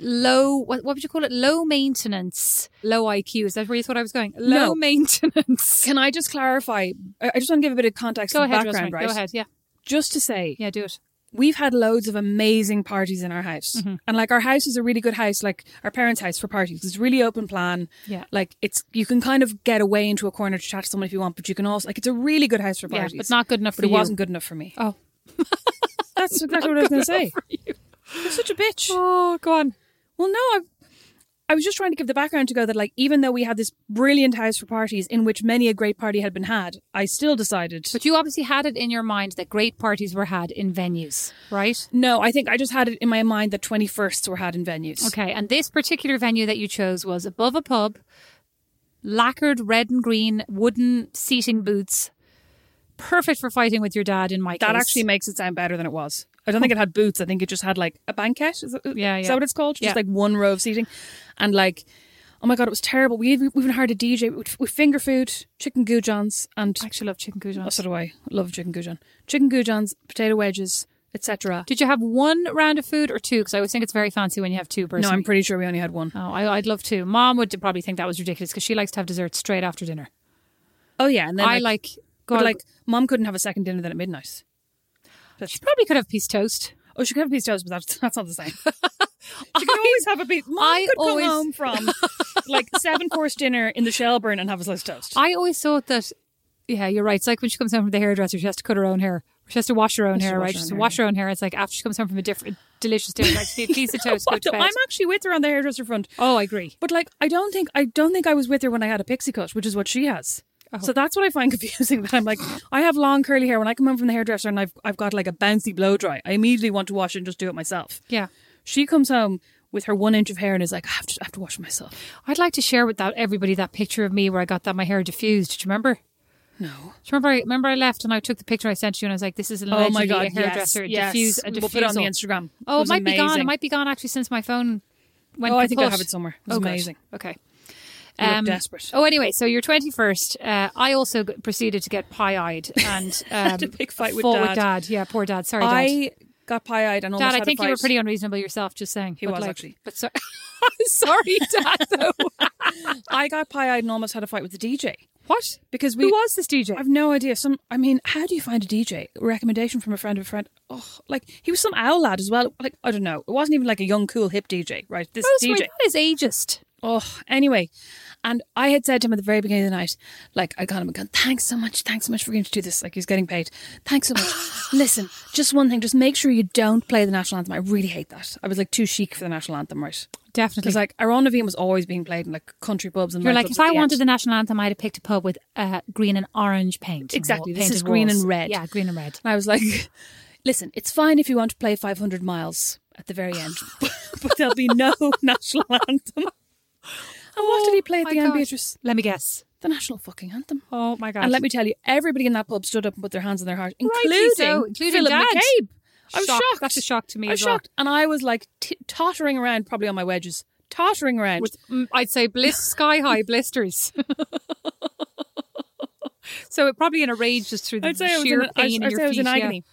[SPEAKER 2] low, what, what would you call it? Low maintenance, low IQ. Is that where you thought I was going? Low
[SPEAKER 1] No.
[SPEAKER 2] (laughs) maintenance.
[SPEAKER 1] Can I just clarify? I I just want to give a bit of context
[SPEAKER 2] Go
[SPEAKER 1] and
[SPEAKER 2] ahead,
[SPEAKER 1] background,
[SPEAKER 2] Rosemary.
[SPEAKER 1] right?
[SPEAKER 2] Go ahead. Yeah.
[SPEAKER 1] Just to say,
[SPEAKER 2] Yeah, do it.
[SPEAKER 1] we've had loads of amazing parties in our house.
[SPEAKER 2] Mm-hmm.
[SPEAKER 1] And like our house is a really good house, like our parents' house for parties. It's really open plan.
[SPEAKER 2] Yeah.
[SPEAKER 1] Like it's you can kind of get away into a corner to chat to someone if you want, but you can also like it's a really good house for
[SPEAKER 2] Yeah,
[SPEAKER 1] parties.
[SPEAKER 2] but not good enough
[SPEAKER 1] But
[SPEAKER 2] for
[SPEAKER 1] it
[SPEAKER 2] you.
[SPEAKER 1] wasn't good enough for me.
[SPEAKER 2] Oh.
[SPEAKER 1] (laughs) That's exactly what I was gonna say. You're such a bitch.
[SPEAKER 2] Oh, go on.
[SPEAKER 1] Well, no, I, I was just trying to give the background to go that, like, even though we had this brilliant house for parties in which many a great party had been had, I still decided.
[SPEAKER 2] But you obviously had it in your mind that great parties were had in venues, right?
[SPEAKER 1] no, I think I just had it in my mind that 21sts were had in venues.
[SPEAKER 2] Okay, and this particular venue that you chose was above a pub, lacquered red and green wooden seating booths, perfect for fighting with your dad. In my
[SPEAKER 1] That
[SPEAKER 2] case,
[SPEAKER 1] actually makes it sound better than it was. I don't think it had boots. I think it just had like a banquette. Is that,
[SPEAKER 2] Yeah,
[SPEAKER 1] is
[SPEAKER 2] yeah.
[SPEAKER 1] that what it's called? Just
[SPEAKER 2] Yeah.
[SPEAKER 1] like one row of seating. And like, oh my God, it was terrible. We even, we even hired a DJ with, with finger food, chicken goujons, and
[SPEAKER 2] I actually love chicken
[SPEAKER 1] oh,
[SPEAKER 2] goujons.
[SPEAKER 1] so do I. Love chicken goujon. Chicken goujons, potato wedges, etc.
[SPEAKER 2] Did you have one round of food or two? Because I always think it's very fancy when you have two.
[SPEAKER 1] No,
[SPEAKER 2] Personally.
[SPEAKER 1] I'm pretty sure we only had one.
[SPEAKER 2] Oh, I, I'd love to. Mom would probably think that was ridiculous because she likes to have dessert straight after dinner.
[SPEAKER 1] Oh, yeah. And then
[SPEAKER 2] I
[SPEAKER 1] like
[SPEAKER 2] like, go
[SPEAKER 1] But
[SPEAKER 2] on-
[SPEAKER 1] like, mom couldn't have a second dinner then at midnight.
[SPEAKER 2] she probably could have piece toast.
[SPEAKER 1] Oh, she could have a piece of toast, but that's, (laughs) that's not the same. she could always have a piece. Mom
[SPEAKER 2] I
[SPEAKER 1] could
[SPEAKER 2] always-
[SPEAKER 1] come home (laughs) from like seven course dinner in the Shelburne and have a slice of toast.
[SPEAKER 2] I always thought that, yeah, you're right. It's like when she comes home from the hairdresser, she has to cut her own hair. She has to wash her own
[SPEAKER 1] She has to
[SPEAKER 2] hair,
[SPEAKER 1] wash
[SPEAKER 2] right?
[SPEAKER 1] her
[SPEAKER 2] She
[SPEAKER 1] own
[SPEAKER 2] has to
[SPEAKER 1] hair,
[SPEAKER 2] wash her own hair. It's like after she comes home from a different delicious dinner, like she needs
[SPEAKER 1] (laughs)
[SPEAKER 2] a piece of toast, go
[SPEAKER 1] What
[SPEAKER 2] to
[SPEAKER 1] the-
[SPEAKER 2] bed.
[SPEAKER 1] I'm actually with her on the hairdresser front.
[SPEAKER 2] oh, I agree.
[SPEAKER 1] But like, I don't think I don't think I was with her when I had a pixie cut, which is what she has.
[SPEAKER 2] Oh.
[SPEAKER 1] So that's what I find (laughs) confusing. That I'm like, I have long curly hair. When I come home from the hairdresser and I've I've got like a bouncy blow dry, I immediately want to wash it and just do it myself.
[SPEAKER 2] Yeah.
[SPEAKER 1] She comes home with her one inch of hair and is like, I have to I have to wash it myself.
[SPEAKER 2] I'd like to share with that everybody that picture of me where I got that my hair diffused. Do you remember?
[SPEAKER 1] No.
[SPEAKER 2] Do you remember? I, remember I left and I took the picture I sent you, and I was like, "This is
[SPEAKER 1] Oh
[SPEAKER 2] allegedly
[SPEAKER 1] my god,
[SPEAKER 2] a hairdresser
[SPEAKER 1] yes,
[SPEAKER 2] diffuse
[SPEAKER 1] yes.
[SPEAKER 2] a
[SPEAKER 1] We'll put it on the
[SPEAKER 2] diffusal."
[SPEAKER 1] Instagram.
[SPEAKER 2] Oh, it
[SPEAKER 1] was
[SPEAKER 2] might be gone. It
[SPEAKER 1] amazing.
[SPEAKER 2] might be gone actually since my phone went.
[SPEAKER 1] Oh, I think I
[SPEAKER 2] kaput.
[SPEAKER 1] have it somewhere. It was
[SPEAKER 2] oh, good.
[SPEAKER 1] amazing.
[SPEAKER 2] Okay.
[SPEAKER 1] We were desperate.
[SPEAKER 2] Oh, anyway, so your twenty first. Uh, I also g- proceeded to get pie eyed
[SPEAKER 1] (laughs)
[SPEAKER 2] and um,
[SPEAKER 1] a big fight with
[SPEAKER 2] fought
[SPEAKER 1] Dad.
[SPEAKER 2] Yeah, poor dad. Sorry, dad.
[SPEAKER 1] I got pie eyed and almost
[SPEAKER 2] Dad, I
[SPEAKER 1] had a
[SPEAKER 2] think you were
[SPEAKER 1] fight.
[SPEAKER 2] pretty unreasonable yourself. Just saying, he
[SPEAKER 1] was, actually.
[SPEAKER 2] But so- (laughs) sorry,
[SPEAKER 1] (laughs)
[SPEAKER 2] dad. Though
[SPEAKER 1] I got pie eyed and almost had a fight with the DJ
[SPEAKER 2] what?
[SPEAKER 1] because we.
[SPEAKER 2] Who was this DJ?
[SPEAKER 1] I've no idea. Some, I mean, how do you find a DJ? A recommendation from a friend of a friend. Oh, like he was some owl lad as well. Like I don't know. It wasn't even like a young, cool, hip DJ, right? This
[SPEAKER 2] oh, sorry,
[SPEAKER 1] DJ.
[SPEAKER 2] that is ageist.
[SPEAKER 1] Oh, anyway, and I had said to him at the very beginning of the night, like I got him and gone, thanks so much, thanks so much for going to do this. Like he's getting paid. Thanks so much.
[SPEAKER 2] (sighs)
[SPEAKER 1] Listen, just one thing, just make sure you don't play the national anthem. I really hate that. I was like too chic for the national anthem, right?
[SPEAKER 2] Definitely.
[SPEAKER 1] Because like Aronovine was always being played in like country pubs and
[SPEAKER 2] You're like,
[SPEAKER 1] nightclubs
[SPEAKER 2] if
[SPEAKER 1] at
[SPEAKER 2] I
[SPEAKER 1] the
[SPEAKER 2] wanted
[SPEAKER 1] end.
[SPEAKER 2] the national anthem, I'd have picked a pub with uh, green and orange paint. and
[SPEAKER 1] Exactly.
[SPEAKER 2] wall-
[SPEAKER 1] This
[SPEAKER 2] painted
[SPEAKER 1] is green
[SPEAKER 2] walls.
[SPEAKER 1] and red.
[SPEAKER 2] Yeah, green and red.
[SPEAKER 1] and I was like, (laughs) listen, it's fine if you want to play 500 miles at the very
[SPEAKER 2] (sighs)
[SPEAKER 1] end, (laughs) but there'll be
[SPEAKER 2] (laughs)
[SPEAKER 1] no national anthem. And what did he play at
[SPEAKER 2] Oh my
[SPEAKER 1] the end,
[SPEAKER 2] God.
[SPEAKER 1] Beatrice?
[SPEAKER 2] Let me guess.
[SPEAKER 1] The national fucking anthem.
[SPEAKER 2] Oh my god!
[SPEAKER 1] And let me tell you, everybody in that pub stood up and put their hands on their heart, including,
[SPEAKER 2] Rightly so, including
[SPEAKER 1] Philip
[SPEAKER 2] Dad.
[SPEAKER 1] McCabe. I was shocked.
[SPEAKER 2] That's a shock to me.
[SPEAKER 1] I was
[SPEAKER 2] as well.
[SPEAKER 1] shocked. And I was like t- tottering around, probably on my wedges, tottering around.
[SPEAKER 2] With mm, I'd say bliss sky high blisters. (laughs) so it probably in a rage just through the
[SPEAKER 1] I'd say I was
[SPEAKER 2] sheer
[SPEAKER 1] in, I,
[SPEAKER 2] pain in
[SPEAKER 1] I'd
[SPEAKER 2] your
[SPEAKER 1] say I was
[SPEAKER 2] feet.
[SPEAKER 1] in
[SPEAKER 2] yeah.
[SPEAKER 1] agony.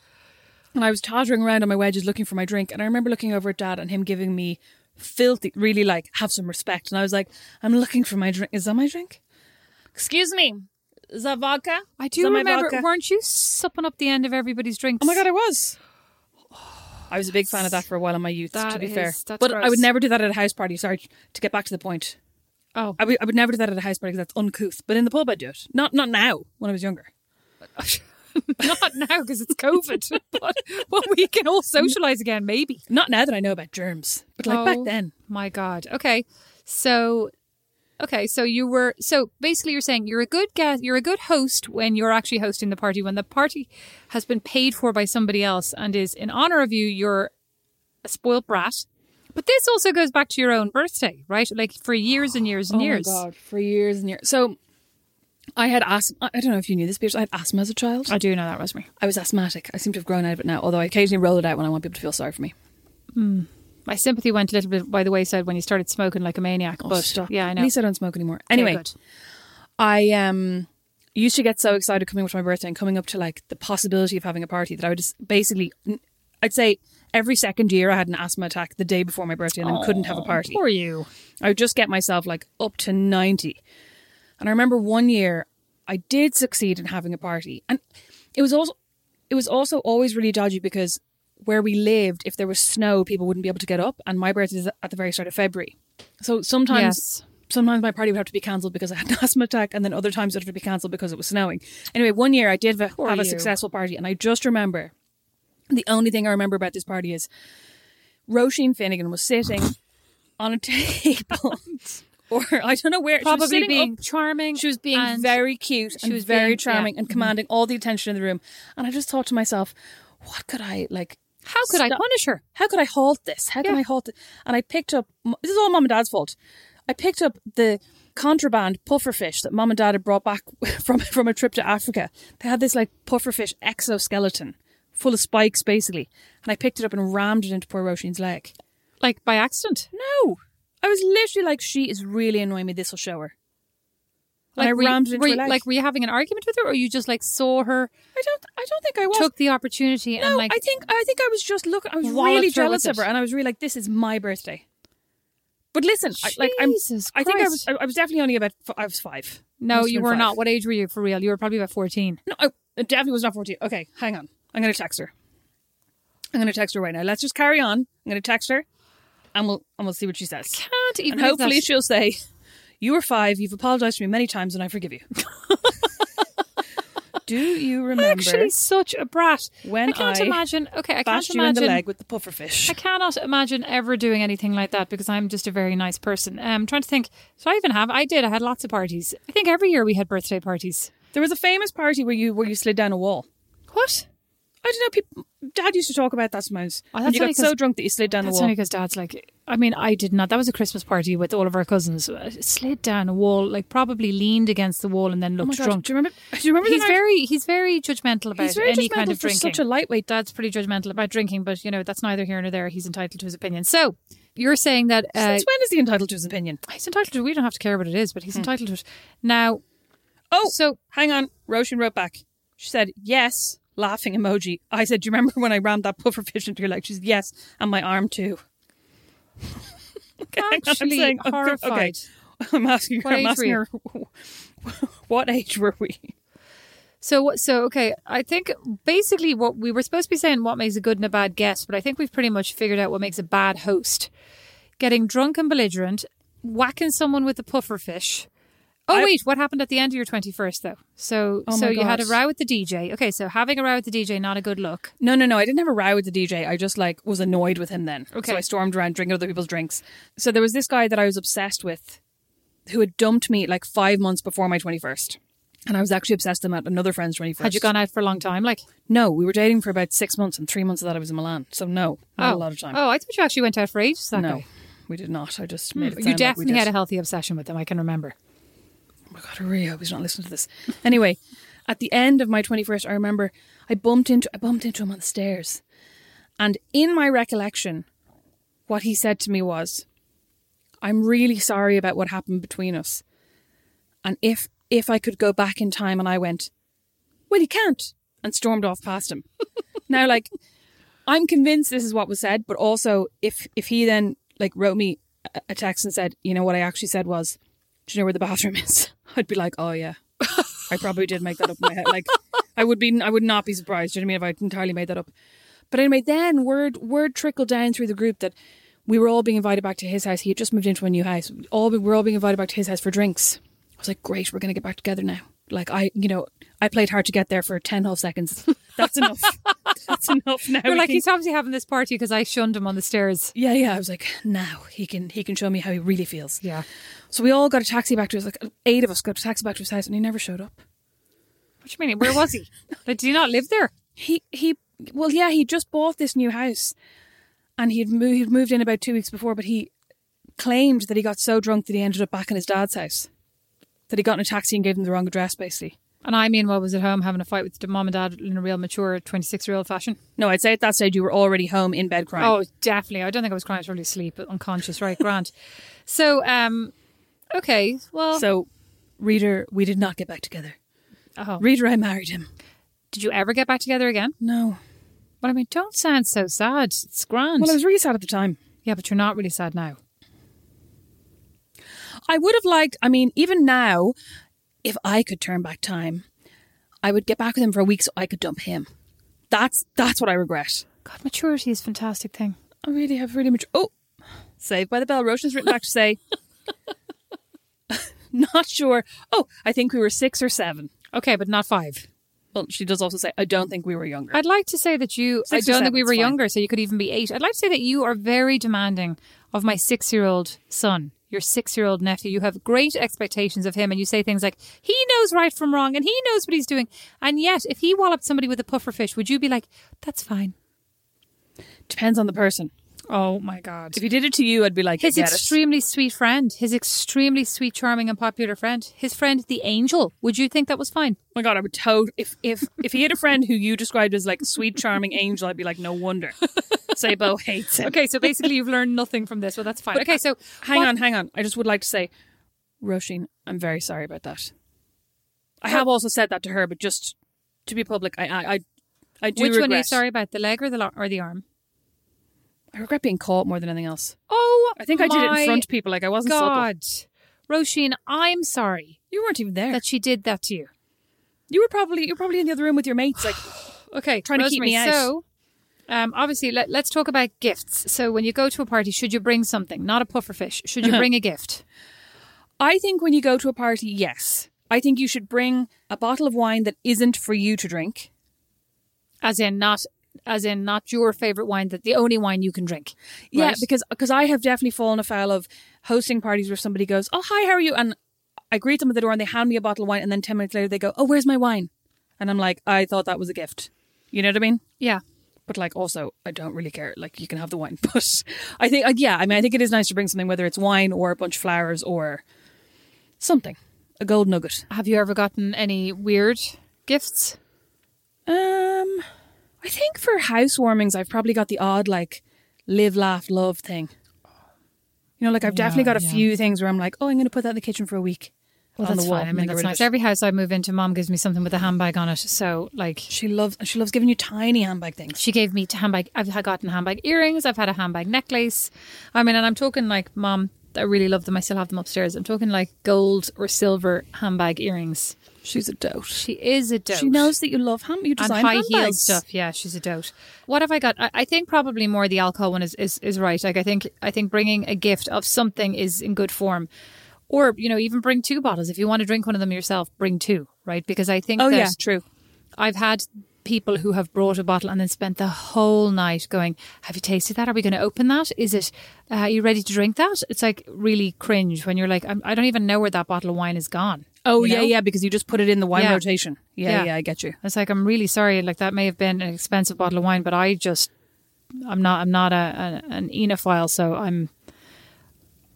[SPEAKER 1] And I was tottering around on my wedges looking for my drink. And I remember looking over at dad and him giving me filthy, really like, have some respect. And I was like, I'm looking for my drink. Is that my drink? Excuse me. Is that vodka?
[SPEAKER 2] I
[SPEAKER 1] Is
[SPEAKER 2] do
[SPEAKER 1] that my
[SPEAKER 2] remember.
[SPEAKER 1] vodka?
[SPEAKER 2] Weren't you supping up the end of everybody's drinks?
[SPEAKER 1] Oh my god, I was. I was a big fan of that for a while in my youth.
[SPEAKER 2] That
[SPEAKER 1] to be
[SPEAKER 2] is-
[SPEAKER 1] fair,
[SPEAKER 2] that's
[SPEAKER 1] but I
[SPEAKER 2] gross.
[SPEAKER 1] would never do that at a house party. Sorry, to get back to the point,
[SPEAKER 2] Oh,
[SPEAKER 1] I would, I would never do that at a house party because that's uncouth. But in the pub, I'd do it. Not not now when I was younger.
[SPEAKER 2] (laughs) not now because (laughs) it's COVID. but, but we can all socialize again, maybe.
[SPEAKER 1] Not now that I know about germs, but like back
[SPEAKER 2] Oh,
[SPEAKER 1] then.
[SPEAKER 2] My God. Okay. So, okay. So you were. So basically, you're saying you're a good guest. You're a good host when you're actually hosting the party. When the party has been paid for by somebody else and is in honor of you, you're a spoiled brat. But this also goes back to your own birthday, right? Like for years and years and years.
[SPEAKER 1] Oh for years and years. So I had asthma. I don't know if you knew this, but I had asthma as a child.
[SPEAKER 2] I do know that, Rosemary.
[SPEAKER 1] I was asthmatic. I seem to have grown out of it now, although I occasionally roll it out when I want people to feel sorry for me.
[SPEAKER 2] My sympathy went a little bit by the wayside when you started
[SPEAKER 1] Oh,
[SPEAKER 2] smoking like a maniac. but yeah, I know.
[SPEAKER 1] At least I don't smoke anymore.
[SPEAKER 2] Okay,
[SPEAKER 1] Anyway,
[SPEAKER 2] good.
[SPEAKER 1] I um used to get so excited coming up to my birthday and coming up to like the possibility of having a party that I would just basically, I'd say every second year I had an asthma attack the day before my birthday and then couldn't have a party.
[SPEAKER 2] Poor you.
[SPEAKER 1] I would just get myself like up to 90. And I remember one year I did succeed in having a party. And it was also it was also always really dodgy because where we lived, if there was snow, people wouldn't be able to get up. And my birthday is at the very start of February. So sometimes
[SPEAKER 2] Yes.
[SPEAKER 1] sometimes my party would have to be cancelled because I had an (laughs) asthma attack, and then other times it would have to be cancelled because it was snowing. Anyway, one year I did have a, have a
[SPEAKER 2] you.
[SPEAKER 1] successful party, and I just remember the only thing I remember about this party is Roisin Finnegan was sitting on a (laughs) table, (laughs) or I don't know where she was
[SPEAKER 2] Probably
[SPEAKER 1] sitting
[SPEAKER 2] being
[SPEAKER 1] up-
[SPEAKER 2] charming.
[SPEAKER 1] she was being
[SPEAKER 2] and-
[SPEAKER 1] very cute. She
[SPEAKER 2] was
[SPEAKER 1] was very
[SPEAKER 2] being-
[SPEAKER 1] charming
[SPEAKER 2] yeah. mm-hmm.
[SPEAKER 1] and commanding all the attention in the room. And I just thought to myself, what could I like?
[SPEAKER 2] How could I
[SPEAKER 1] Stop.
[SPEAKER 2] punish her?
[SPEAKER 1] How could I halt this? How can
[SPEAKER 2] Yeah.
[SPEAKER 1] I halt it? And I picked up. This is all mom and dad's fault. I picked up the contraband puffer fish that mom and dad had brought back (laughs) from from a trip to Africa. They had this like puffer fish exoskeleton full of spikes, basically. And I picked it up and rammed it into poor Roisin's leg.
[SPEAKER 2] Like by accident.
[SPEAKER 1] No, I was literally like, she is really annoying me. This will show her. And
[SPEAKER 2] Like
[SPEAKER 1] I
[SPEAKER 2] were you-
[SPEAKER 1] rammed it into
[SPEAKER 2] were
[SPEAKER 1] her
[SPEAKER 2] you-
[SPEAKER 1] leg.
[SPEAKER 2] Like were you having an argument with her, or you just like saw her,
[SPEAKER 1] I don't. I don't think I was.
[SPEAKER 2] took the opportunity, and
[SPEAKER 1] No,
[SPEAKER 2] like
[SPEAKER 1] I think I think I was just looking. I was
[SPEAKER 2] Walloped
[SPEAKER 1] really
[SPEAKER 2] her
[SPEAKER 1] jealous
[SPEAKER 2] with
[SPEAKER 1] of her,
[SPEAKER 2] it.
[SPEAKER 1] and I was really like, "This is my birthday." But listen, I, like I'm,
[SPEAKER 2] Jesus
[SPEAKER 1] I think I was.
[SPEAKER 2] Christ.
[SPEAKER 1] I, I was definitely only about. f- I was five.
[SPEAKER 2] no,
[SPEAKER 1] Must have
[SPEAKER 2] you
[SPEAKER 1] been
[SPEAKER 2] were
[SPEAKER 1] five.
[SPEAKER 2] not. What age were you for real? You were probably about fourteen.
[SPEAKER 1] No, I I definitely was not fourteen. Okay, hang on. I'm going to text her. I'm going to text her right now. Let's just carry on. I'm going to text her, and we'll and we'll see what she says.
[SPEAKER 2] Can't even.
[SPEAKER 1] And
[SPEAKER 2] have
[SPEAKER 1] hopefully
[SPEAKER 2] that.
[SPEAKER 1] she'll say, "You were five. You've apologized to me many times, and I forgive you." (laughs) Do you remember
[SPEAKER 2] actually such a brat.
[SPEAKER 1] When
[SPEAKER 2] I can't
[SPEAKER 1] I
[SPEAKER 2] imagine. Okay, I can't
[SPEAKER 1] bashed you in the
[SPEAKER 2] imagine.
[SPEAKER 1] leg with the puffer fish?
[SPEAKER 2] I cannot imagine ever doing anything like that because I'm just a very nice person. Um, I'm trying to think. So I even have. I did. I had lots of parties. I think every year we had birthday parties.
[SPEAKER 1] There was a famous party where you where you slid down a wall.
[SPEAKER 2] What?
[SPEAKER 1] I don't know. People, Dad used to talk about that sometimes.
[SPEAKER 2] Oh,
[SPEAKER 1] And
[SPEAKER 2] that's
[SPEAKER 1] you got
[SPEAKER 2] only
[SPEAKER 1] so
[SPEAKER 2] 'cause-
[SPEAKER 1] drunk that you slid down the
[SPEAKER 2] That's
[SPEAKER 1] wall.
[SPEAKER 2] only because dad's like, I mean, I did not. That was a Christmas party with all of our cousins. I slid down a wall, like probably leaned against the wall and then
[SPEAKER 1] oh my
[SPEAKER 2] looked
[SPEAKER 1] God,
[SPEAKER 2] drunk.
[SPEAKER 1] Do you remember? Do you remember? the
[SPEAKER 2] He's
[SPEAKER 1] night-
[SPEAKER 2] very, he's very judgmental about
[SPEAKER 1] he's very
[SPEAKER 2] any
[SPEAKER 1] judgmental
[SPEAKER 2] kind of
[SPEAKER 1] for
[SPEAKER 2] drinking.
[SPEAKER 1] such a lightweight. Dad.
[SPEAKER 2] dad's pretty judgmental about drinking, but you know that's neither here nor there. He's entitled to his opinion. So you're saying that uh,
[SPEAKER 1] Since when is he entitled to his opinion?
[SPEAKER 2] he's entitled to. it. We don't have to care what it is, but he's entitled to it. Now,
[SPEAKER 1] Oh,
[SPEAKER 2] so
[SPEAKER 1] hang on. Roshan wrote back. She said yes, laughing emoji. I said, do you remember when I rammed that puffer fish into your leg? She said yes, and my arm too. Hang on, I'm
[SPEAKER 2] actually
[SPEAKER 1] saying- I'm com-
[SPEAKER 2] horrified.
[SPEAKER 1] Okay, I'm asking.
[SPEAKER 2] What
[SPEAKER 1] I'm
[SPEAKER 2] age
[SPEAKER 1] asking
[SPEAKER 2] were
[SPEAKER 1] her. What age were we?
[SPEAKER 2] So what- so okay, I think basically what we were supposed to be saying what makes a good and a bad guest, but I think we've pretty much figured out what makes a bad host. Getting drunk and belligerent, whacking someone with a puffer fish. Oh
[SPEAKER 1] I-
[SPEAKER 2] wait, what happened at the end of your 21st though? So
[SPEAKER 1] Oh,
[SPEAKER 2] so
[SPEAKER 1] my
[SPEAKER 2] you had a
[SPEAKER 1] God.
[SPEAKER 2] row with the DJ. Okay, so having a row with the DJ not a good look.
[SPEAKER 1] No, no, no. I didn't have a row with the DJ. I just like was annoyed with him then.
[SPEAKER 2] Okay.
[SPEAKER 1] So I stormed around drinking other people's drinks. So there was this guy that I was obsessed with who had dumped me like five months before my 21st. And I was actually obsessed with him at another friend's 21st.
[SPEAKER 2] Had you gone out for a long time like
[SPEAKER 1] No, we were dating for about six months and three months of that I was in Milan. So no, not
[SPEAKER 2] oh,
[SPEAKER 1] a lot of time.
[SPEAKER 2] Oh, I thought you actually went out for ages that
[SPEAKER 1] no,
[SPEAKER 2] guy. Mm,
[SPEAKER 1] we did not. I just made it
[SPEAKER 2] Hmm, You
[SPEAKER 1] sound like we
[SPEAKER 2] definitely
[SPEAKER 1] did.
[SPEAKER 2] had a healthy obsession with them, I can remember.
[SPEAKER 1] Oh my god, I really hope he's not listening to this. Anyway, at the end of my twenty first, I remember I bumped into I bumped into him on the stairs, and in my recollection, what he said to me was, "I'm really sorry about what happened between us, and if if I could go back in time," and I went, "Well, you can't," and stormed off past him. (laughs) now, like, I'm convinced this is what was said, but also if if he then like wrote me a- a text and said, "You know what I actually said was." do you know where the bathroom is? (laughs) I'd be like, oh yeah, I probably did make that up in my head. Like, I would be, I would not be surprised. Do you know what I mean? If I entirely made that up. But anyway, then word word trickled down through the group that we were all being invited back to his house. He had just moved into a new house. We All we were all being invited back to his house for drinks. I was like, great, we're gonna get back together now. Like I, you know, I played hard to get there for ten whole seconds. (laughs) That's enough. That's enough now.
[SPEAKER 2] You're
[SPEAKER 1] We
[SPEAKER 2] like
[SPEAKER 1] can-
[SPEAKER 2] he's obviously having this party because I shunned him on the stairs.
[SPEAKER 1] yeah, yeah. I was like, now he can he can show me how he really feels.
[SPEAKER 2] Yeah.
[SPEAKER 1] So we all got a taxi back to his like eight of us got a taxi back to his house and he never showed up.
[SPEAKER 2] What do you mean? Where was
[SPEAKER 1] (laughs)
[SPEAKER 2] he? like, did he not live there?
[SPEAKER 1] He he well yeah, he just bought this new house and he'd moved he'd moved in about two weeks before, but he claimed that he got so drunk that he ended up back in his dad's house. That he got in a taxi and gave him the wrong address basically.
[SPEAKER 2] And I, meanwhile, was at home having a fight with the mom and dad in a real mature 26 year old fashion.
[SPEAKER 1] No, I'd say at that stage you were already home in bed crying.
[SPEAKER 2] Oh, definitely. I don't think I was crying. I was really asleep, but unconscious, right?
[SPEAKER 1] (laughs)
[SPEAKER 2] Grant. So, um, okay. Well,
[SPEAKER 1] Oh. So reader, we did not get back together.
[SPEAKER 2] Oh.
[SPEAKER 1] Reader, I married him.
[SPEAKER 2] Did you ever get back together again?
[SPEAKER 1] No.
[SPEAKER 2] Well, I mean, don't sound so sad. It's grand.
[SPEAKER 1] Well, I was really sad at the time.
[SPEAKER 2] yeah, but you're not really sad now.
[SPEAKER 1] I would have liked, I mean, even now, if I could turn back time, I would get back with him for a week so I could dump him. That's that's what I regret.
[SPEAKER 2] God, maturity is a fantastic thing.
[SPEAKER 1] I really have really much. Oh, saved by the bell. Roshan's written back to say, (laughs) not sure. Oh, I think we were six or seven.
[SPEAKER 2] Okay, but not five.
[SPEAKER 1] Well, she does also say, I don't think we were younger.
[SPEAKER 2] I'd like to say that you.
[SPEAKER 1] Six
[SPEAKER 2] I
[SPEAKER 1] or
[SPEAKER 2] don't think we
[SPEAKER 1] seven's
[SPEAKER 2] were
[SPEAKER 1] fine.
[SPEAKER 2] younger, so you could even be eight. I'd like to say that you are very demanding of my six-year-old son, your six-year-old nephew. You have great expectations of him, and you say things like, "He knows right from wrong, and he knows what he's doing." And yet, if he walloped somebody with a puffer fish, would you be like, "That's fine"?
[SPEAKER 1] Depends on the person.
[SPEAKER 2] Oh my god!
[SPEAKER 1] If he did it to you, I'd be like,
[SPEAKER 2] His
[SPEAKER 1] "Get it."
[SPEAKER 2] extremely sweet friend, his extremely sweet, charming, and popular friend, his friend the angel. Would you think that was fine?
[SPEAKER 1] Oh my god, I would to if if if he had a friend who you described as like sweet, charming angel, I'd be like, no wonder. Sabo hates him.
[SPEAKER 2] Okay, so basically, you've learned nothing from this. Well, that's fine. okay, so
[SPEAKER 1] Hang
[SPEAKER 2] what-
[SPEAKER 1] on, hang on. I just would like to say, Roisin, I'm very sorry about that. I have also said that to her, but just to be public, I I I, I do
[SPEAKER 2] Which
[SPEAKER 1] regret.
[SPEAKER 2] one are you sorry about? The leg or the lo- or the arm?
[SPEAKER 1] I regret being caught more than anything else.
[SPEAKER 2] Oh,
[SPEAKER 1] I think I did it
[SPEAKER 2] my
[SPEAKER 1] in front of people. Like I wasn't subtle.
[SPEAKER 2] God, Roisin, I'm sorry
[SPEAKER 1] You weren't even there.
[SPEAKER 2] that she did that to you.
[SPEAKER 1] you were probably you were probably in the other room with your mates. (gasps) Like
[SPEAKER 2] Okay,
[SPEAKER 1] Trying to keep me out.
[SPEAKER 2] So, um, obviously, let, let's talk about gifts. So, when you go to a party, should you bring something? Not a puffer fish. Should (laughs) you bring a gift?
[SPEAKER 1] I think when you go to a party, yes, I think you should bring a bottle of wine that isn't for you to drink.
[SPEAKER 2] As in, not as in not your favorite wine, that the only wine you can drink.
[SPEAKER 1] Yeah,
[SPEAKER 2] right?
[SPEAKER 1] because because I have definitely fallen afoul of hosting parties where somebody goes, "Oh, hi, how are you?" and I greet them at the door and they hand me a bottle of wine, and then ten minutes later they go, "Oh, where's my wine?" and I'm like, "I thought that was a gift." You know what I mean?
[SPEAKER 2] yeah.
[SPEAKER 1] But like, also, I don't really care. Like, you can have the wine, (laughs) but I think, uh, yeah, I mean, I think it is nice to bring something, whether it's wine or a bunch of flowers or something, a gold nugget.
[SPEAKER 2] Have you ever gotten any weird gifts?
[SPEAKER 1] Um, I think for housewarmings, I've probably got the odd like live, laugh, love thing. You know, like I've definitely
[SPEAKER 2] Yeah,
[SPEAKER 1] got a
[SPEAKER 2] yeah.
[SPEAKER 1] few things where I'm like, oh, I'm going to put that in the kitchen for a week.
[SPEAKER 2] Well,
[SPEAKER 1] on
[SPEAKER 2] that's
[SPEAKER 1] the wall
[SPEAKER 2] fine. I
[SPEAKER 1] and
[SPEAKER 2] mean,
[SPEAKER 1] then
[SPEAKER 2] that's
[SPEAKER 1] get rid
[SPEAKER 2] nice.
[SPEAKER 1] of it.
[SPEAKER 2] Every house I move into, mom gives me something with a handbag on it. So, like,
[SPEAKER 1] She loves she loves giving you tiny handbag things.
[SPEAKER 2] She gave me t- handbag. I've had gotten handbag earrings. I've had a handbag necklace. I mean, and I'm talking like, mom, I really love them. I still have them upstairs. I'm talking like gold or silver handbag earrings.
[SPEAKER 1] She's a dote.
[SPEAKER 2] She is a dote.
[SPEAKER 1] She knows that you love ham. You
[SPEAKER 2] And
[SPEAKER 1] design
[SPEAKER 2] high heel
[SPEAKER 1] handbags.
[SPEAKER 2] stuff, yeah, she's a dote. What have I got? I, I think probably more the alcohol one is, is is right. Like I think I think bringing a gift of something is in good form, or you know even bring two bottles if you want to drink one of them yourself. Bring two, right? Because I think
[SPEAKER 1] Oh
[SPEAKER 2] that
[SPEAKER 1] yeah, true.
[SPEAKER 2] I've had people who have brought a bottle and then spent the whole night going, "Have you tasted that? Are we going to open that? Is it? Uh, are you ready to drink that?" It's like really cringe when you're like, I'm, "I don't even know where that bottle of wine is gone."
[SPEAKER 1] Oh
[SPEAKER 2] you
[SPEAKER 1] yeah,
[SPEAKER 2] know?
[SPEAKER 1] yeah, because you just put it in the wine
[SPEAKER 2] Yeah.
[SPEAKER 1] rotation. Yeah,
[SPEAKER 2] Yeah.
[SPEAKER 1] yeah, I get you.
[SPEAKER 2] It's like I'm really sorry. Like that may have been an expensive bottle of wine, but I just, I'm not. I'm not a, a an enophile, so I'm.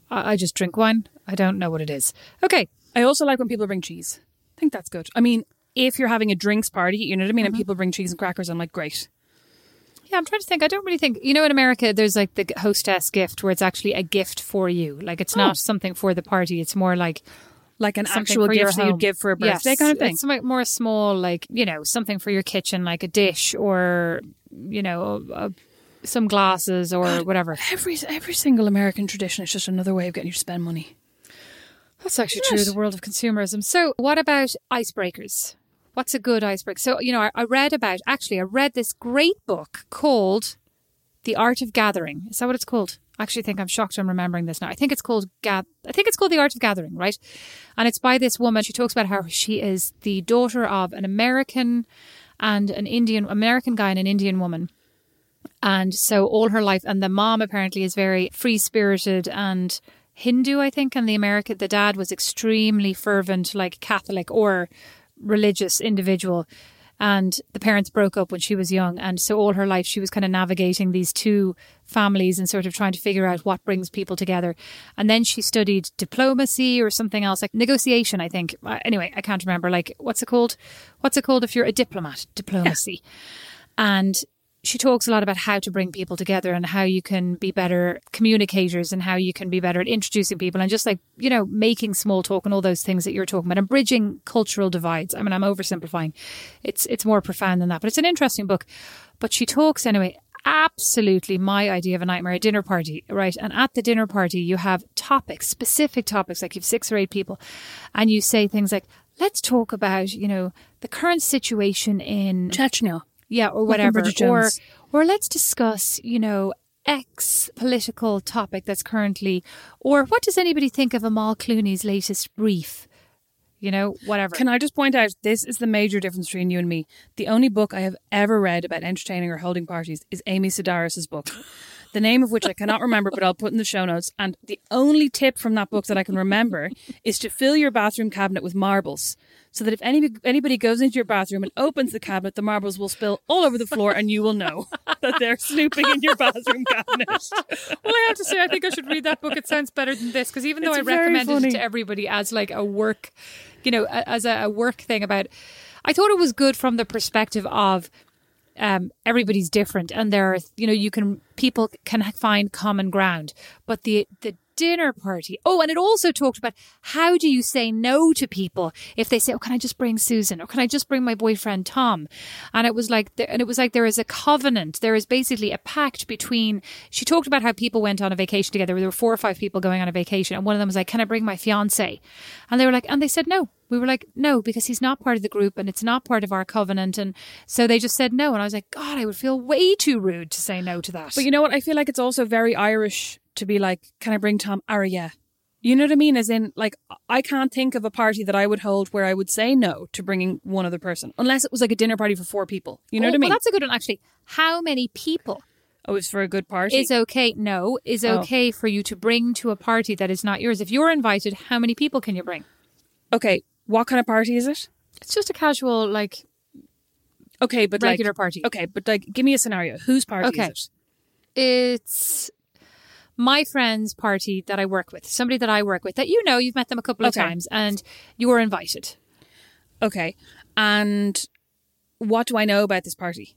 [SPEAKER 2] I, I just drink wine. I don't know what it is. Okay,
[SPEAKER 1] I also like when people bring cheese. I think that's good. I mean, if you're having a drinks party, you know what I
[SPEAKER 2] Mm-hmm.
[SPEAKER 1] mean, and people bring cheese and crackers, I'm like, great.
[SPEAKER 2] Yeah, I'm trying to think. I don't really think. You know, in America, there's like the g- hostess gift where it's actually a gift for you. Like it's not something for the party. It's more like
[SPEAKER 1] Like an
[SPEAKER 2] something
[SPEAKER 1] Oh. actual
[SPEAKER 2] for your
[SPEAKER 1] gift that
[SPEAKER 2] home.
[SPEAKER 1] you'd give for a birthday
[SPEAKER 2] Yes,
[SPEAKER 1] kind of thing.
[SPEAKER 2] It's like more small, like you know, something for your kitchen, like a dish or you know, a, a- some glasses or whatever.
[SPEAKER 1] Every every single American tradition is just another way of getting you to spend money.
[SPEAKER 2] That's actually true of the world of consumerism. So, what about icebreakers? What's a good icebreaker? So, you know, I, I read about actually, I read this great book called "The Art of Gathering." Is that what it's called? I actually think I'm shocked I'm remembering this now. I think it's called Gath. I think it's called "The Art of Gathering," right? And it's by this woman. She talks about how she is the daughter of an American and an Indian American guy and an Indian woman. And so all her life, and the mom apparently is very free spirited and Hindu, I think, and the American, the dad was extremely fervent, like Catholic or religious individual. And the parents broke up when she was young. And so all her life, she was kind of navigating these two families and sort of trying to figure out what brings people together. And then she studied diplomacy or something else, like negotiation, I think. Uh, Anyway, I can't remember. Like, what's it called? What's it called if you're a diplomat? Diplomacy and she talks a lot about how to bring people together and how you can be better communicators and how you can be better at introducing people and just like, you know, making small talk and all those things that you're talking about and bridging cultural divides. I mean, I'm oversimplifying. It's it's more profound than that, but it's an interesting book. But she talks anyway absolutely my idea of a nightmare a dinner party right and at the dinner party you have topics specific topics like you've six or eight people and you say things like let's talk about you know the current situation in
[SPEAKER 1] Chechnya.
[SPEAKER 2] yeah, or whatever.
[SPEAKER 1] Bridget
[SPEAKER 2] Or
[SPEAKER 1] Jones.
[SPEAKER 2] or let's discuss, you know, X political topic that's currently or what does anybody think of Amal Clooney's latest brief? You know, whatever.
[SPEAKER 1] Can I just point out this is the major difference between you and me? The only book I have ever read about entertaining or holding parties is Amy Sedaris's book, the name of which I cannot remember, but I'll put in the show notes. And the only tip from that book that I can remember is to fill your bathroom cabinet with marbles, so that if any, anybody goes into your bathroom and opens the cabinet, the marbles will spill all over the floor, and you will know (laughs) that they're snooping in your bathroom cabinet.
[SPEAKER 2] well, I have to say, I think I should read that book. It sounds better than this because even though
[SPEAKER 1] It's
[SPEAKER 2] I
[SPEAKER 1] very
[SPEAKER 2] recommended
[SPEAKER 1] funny.
[SPEAKER 2] it to everybody as like a work, you know, a- as a, a work thing about, I thought it was good from the perspective of um, everybody's different and there are, you know, you can people can find common ground, but the the dinner party. Oh, and it also talked about how do you say no to people if they say, "Oh, can I just bring Susan?" or "Can I just bring my boyfriend Tom?" And it was like, th- and it was like there is a covenant. There is basically a pact between. She talked about how people went on a vacation together. There were four or five people going on a vacation, and one of them was like, "Can I bring my fiance?" And they were like, and they said no. We were like, no, because he's not part of the group and it's not part of our covenant. And so they just said no. And I was like, God, I would feel way too rude to say no to that.
[SPEAKER 1] But you know what? I feel like it's also very Irish to be like, can I bring Tom Arya? You know what I mean? As in, like, I can't think of a party that I would hold where I would say no to bringing one other person, unless it was like a dinner party for four people. You know
[SPEAKER 2] Oh,
[SPEAKER 1] what I mean?
[SPEAKER 2] Well, that's a good one, actually. How many people
[SPEAKER 1] oh, it's for a good party.
[SPEAKER 2] is okay? No, is
[SPEAKER 1] Oh.
[SPEAKER 2] okay for you to bring to a party that is not yours. If you're invited, how many people can you bring?
[SPEAKER 1] okay, what kind of party is it?
[SPEAKER 2] It's just a casual, like,
[SPEAKER 1] Okay, but
[SPEAKER 2] regular
[SPEAKER 1] like,
[SPEAKER 2] party.
[SPEAKER 1] Okay, but like, give me a scenario. Whose party
[SPEAKER 2] Okay.
[SPEAKER 1] is
[SPEAKER 2] It's my friend's party that I work with, somebody that I work with that you know, you've met them a couple
[SPEAKER 1] Okay.
[SPEAKER 2] of times and you were invited.
[SPEAKER 1] it? Okay, and what do I know about this party?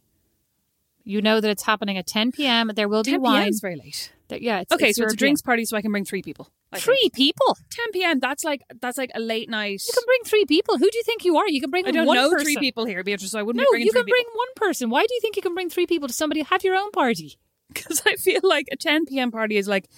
[SPEAKER 2] You know that it's happening at 10 p.m. There will be
[SPEAKER 1] 10 p.m.
[SPEAKER 2] wine.
[SPEAKER 1] is very late.
[SPEAKER 2] That- yeah. It's,
[SPEAKER 1] Okay, so it's a
[SPEAKER 2] European.
[SPEAKER 1] drinks party, so I can bring three people. I think.
[SPEAKER 2] Three people.
[SPEAKER 1] 10 p.m. That's like that's like a late night.
[SPEAKER 2] You can bring three people. Who do you think you are? You can bring
[SPEAKER 1] I don't
[SPEAKER 2] one
[SPEAKER 1] know
[SPEAKER 2] person.
[SPEAKER 1] three people here, Beatrice. So I wouldn't
[SPEAKER 2] No,
[SPEAKER 1] be bringing
[SPEAKER 2] you
[SPEAKER 1] three
[SPEAKER 2] can bring one person. Why do you think you can bring three people to somebody? Have your own party.
[SPEAKER 1] (laughs) because I feel like a 10 p.m. party is like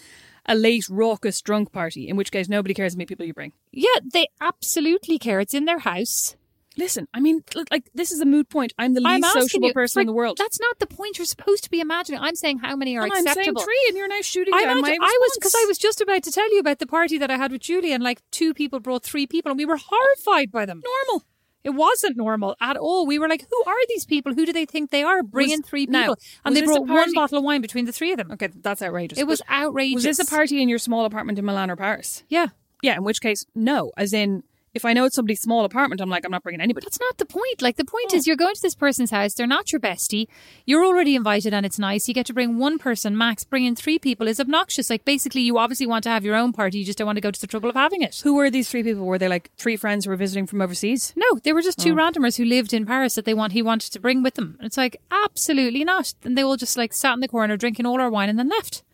[SPEAKER 1] a late raucous drunk party, in which case nobody cares how many people you bring.
[SPEAKER 2] Yeah, they absolutely care. It's in their house.
[SPEAKER 1] Listen, I mean, look, like this is a mood point. I'm the
[SPEAKER 2] I'm
[SPEAKER 1] least
[SPEAKER 2] asking
[SPEAKER 1] sociable
[SPEAKER 2] you,
[SPEAKER 1] person in
[SPEAKER 2] for-
[SPEAKER 1] the world.
[SPEAKER 2] That's not the point you're supposed to be imagining. I'm saying how many are
[SPEAKER 1] and I'm saying
[SPEAKER 2] acceptable.
[SPEAKER 1] three, and you're now shooting
[SPEAKER 2] I,
[SPEAKER 1] down my
[SPEAKER 2] imagine, I was
[SPEAKER 1] response.
[SPEAKER 2] because I was just about to tell you about the party that I had with Julie, and like two people brought three people, and we were horrified by them.
[SPEAKER 1] normal.
[SPEAKER 2] It wasn't normal at all. We were like, "Who are these people? Who do they think they are?" Bringing
[SPEAKER 1] Was-
[SPEAKER 2] three
[SPEAKER 1] now,
[SPEAKER 2] people, and
[SPEAKER 1] was
[SPEAKER 2] they
[SPEAKER 1] this a
[SPEAKER 2] brought
[SPEAKER 1] party-
[SPEAKER 2] one bottle of wine between the three of them.
[SPEAKER 1] Okay, that's outrageous.
[SPEAKER 2] It was
[SPEAKER 1] But
[SPEAKER 2] outrageous.
[SPEAKER 1] was this a party in your small apartment in Milan or Paris?
[SPEAKER 2] Yeah,
[SPEAKER 1] Yeah, in which case, no. As in, if I know it's somebody's small apartment, I'm like, I'm not bringing anybody.
[SPEAKER 2] that's not the point. Like the point is, you're going to this person's house. They're not your bestie. You're already invited, and it's nice. You get to bring one person max. Bringing three people is obnoxious. Like basically, you obviously want to have your own party. You just don't want to go to the trouble of having it.
[SPEAKER 1] Who were these three people? Were they like three friends who were visiting from overseas?
[SPEAKER 2] No, they were just
[SPEAKER 1] Oh.
[SPEAKER 2] two randomers who lived in Paris that they want he wanted to bring with them. And it's like absolutely not. And they all just like sat in the corner drinking all our wine and then left.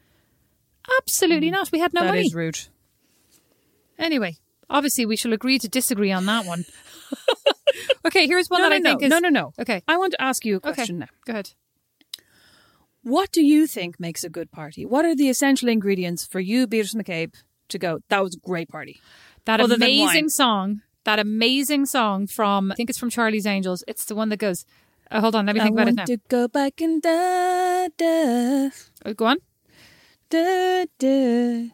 [SPEAKER 2] Absolutely not. We had no
[SPEAKER 1] Hmm. That is
[SPEAKER 2] money.
[SPEAKER 1] rude.
[SPEAKER 2] Anyway, obviously we shall agree to disagree on that
[SPEAKER 1] (laughs)
[SPEAKER 2] one. okay, here's one
[SPEAKER 1] No,
[SPEAKER 2] that
[SPEAKER 1] no,
[SPEAKER 2] I
[SPEAKER 1] no,
[SPEAKER 2] think is
[SPEAKER 1] no, no, no.
[SPEAKER 2] Okay.
[SPEAKER 1] I want to ask you a
[SPEAKER 2] Okay.
[SPEAKER 1] question now.
[SPEAKER 2] Go ahead.
[SPEAKER 1] What do you think makes a good party? What are the essential ingredients for you, Beatrice McCabe, to go? That was a great party.
[SPEAKER 2] That
[SPEAKER 1] Other than wine.
[SPEAKER 2] amazing song. That amazing song from I think it's from Charlie's Angels. It's the one that goes uh, hold on, let me think
[SPEAKER 1] I
[SPEAKER 2] about
[SPEAKER 1] want
[SPEAKER 2] it now.
[SPEAKER 1] to go back and da da
[SPEAKER 2] Oh, Go on.
[SPEAKER 1] da da.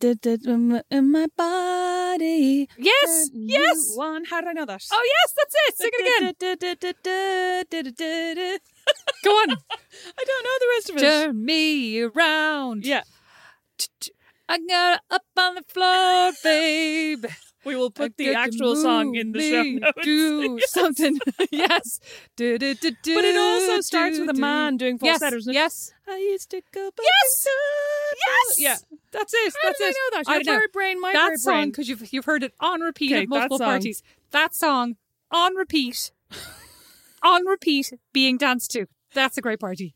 [SPEAKER 1] Da, da, da, in my body.
[SPEAKER 2] Yes,
[SPEAKER 1] Turn
[SPEAKER 2] yes.
[SPEAKER 1] you on. How did I know that?
[SPEAKER 2] Oh yes, that's it. Sing it
[SPEAKER 1] (laughs)
[SPEAKER 2] again.
[SPEAKER 1] Da, da, da, da, da, da, da, da.
[SPEAKER 2] Go on.
[SPEAKER 1] I don't know the rest of it.
[SPEAKER 2] Turn me around.
[SPEAKER 1] yeah.
[SPEAKER 2] I got up on the floor, babe.
[SPEAKER 1] We will put
[SPEAKER 2] I
[SPEAKER 1] the
[SPEAKER 2] got to
[SPEAKER 1] actual song in the show
[SPEAKER 2] move me,
[SPEAKER 1] notes. (laughs)
[SPEAKER 2] Do something. (laughs) yes. Do, do, do, do,
[SPEAKER 1] But it also starts
[SPEAKER 2] do,
[SPEAKER 1] with a
[SPEAKER 2] do.
[SPEAKER 1] man doing
[SPEAKER 2] Yes.
[SPEAKER 1] falsettos. isn't it?
[SPEAKER 2] Yes.
[SPEAKER 1] I used to go back
[SPEAKER 2] Yes. Yes.
[SPEAKER 1] Yeah.
[SPEAKER 2] That's it.
[SPEAKER 1] How
[SPEAKER 2] that's
[SPEAKER 1] did I
[SPEAKER 2] it.
[SPEAKER 1] know that?
[SPEAKER 2] I
[SPEAKER 1] Your
[SPEAKER 2] know.
[SPEAKER 1] bird brain, my
[SPEAKER 2] that
[SPEAKER 1] bird
[SPEAKER 2] song,
[SPEAKER 1] brain.
[SPEAKER 2] because you've, you've heard it on repeat
[SPEAKER 1] Okay,
[SPEAKER 2] at
[SPEAKER 1] that
[SPEAKER 2] multiple
[SPEAKER 1] song.
[SPEAKER 2] parties. That song on repeat, on repeat, being danced to. That's a great party.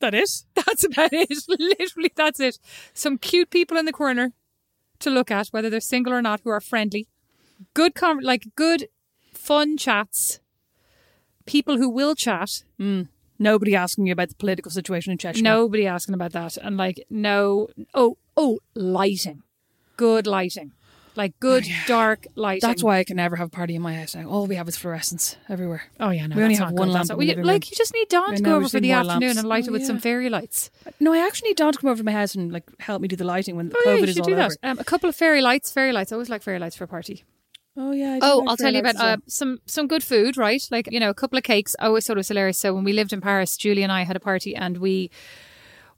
[SPEAKER 1] That is.
[SPEAKER 2] (laughs) That's about it. Literally, that's it. Some cute people in the corner to look at, whether they're single or not, who are friendly. Good, con like good, fun chats. People who will chat.
[SPEAKER 1] Nobody asking you about the political situation in Cheshire.
[SPEAKER 2] Nobody asking about that. And like, no, oh, oh, lighting. Good lighting. Like good dark lighting.
[SPEAKER 1] Oh, That's why I can never have a party in my house now. All we have is fluorescence everywhere.
[SPEAKER 2] Oh yeah, no,
[SPEAKER 1] We only
[SPEAKER 2] that's
[SPEAKER 1] have
[SPEAKER 2] not
[SPEAKER 1] one
[SPEAKER 2] good.
[SPEAKER 1] lamp
[SPEAKER 2] That's not-
[SPEAKER 1] in
[SPEAKER 2] we-
[SPEAKER 1] the living
[SPEAKER 2] like
[SPEAKER 1] room.
[SPEAKER 2] you just need Don
[SPEAKER 1] I
[SPEAKER 2] to
[SPEAKER 1] know,
[SPEAKER 2] go
[SPEAKER 1] we
[SPEAKER 2] over
[SPEAKER 1] just
[SPEAKER 2] for
[SPEAKER 1] need
[SPEAKER 2] the
[SPEAKER 1] more
[SPEAKER 2] afternoon
[SPEAKER 1] lamps.
[SPEAKER 2] and light it
[SPEAKER 1] Oh,
[SPEAKER 2] with some
[SPEAKER 1] yeah.
[SPEAKER 2] fairy lights.
[SPEAKER 1] No, I actually need Don to come over to my house and like help me do the lighting when
[SPEAKER 2] Oh
[SPEAKER 1] COVID
[SPEAKER 2] yeah, you
[SPEAKER 1] is
[SPEAKER 2] should
[SPEAKER 1] all
[SPEAKER 2] do
[SPEAKER 1] over.
[SPEAKER 2] that. Um, a couple of fairy lights. Fairy lights. I always like fairy lights for a party.
[SPEAKER 1] Oh yeah. I do
[SPEAKER 2] Oh,
[SPEAKER 1] like
[SPEAKER 2] I'll tell you
[SPEAKER 1] fairy
[SPEAKER 2] about
[SPEAKER 1] lights as
[SPEAKER 2] uh, some some good food, right? Like you know, a couple of cakes. I always thought it was hilarious. So when we lived in Paris, Julie and I had a party, and we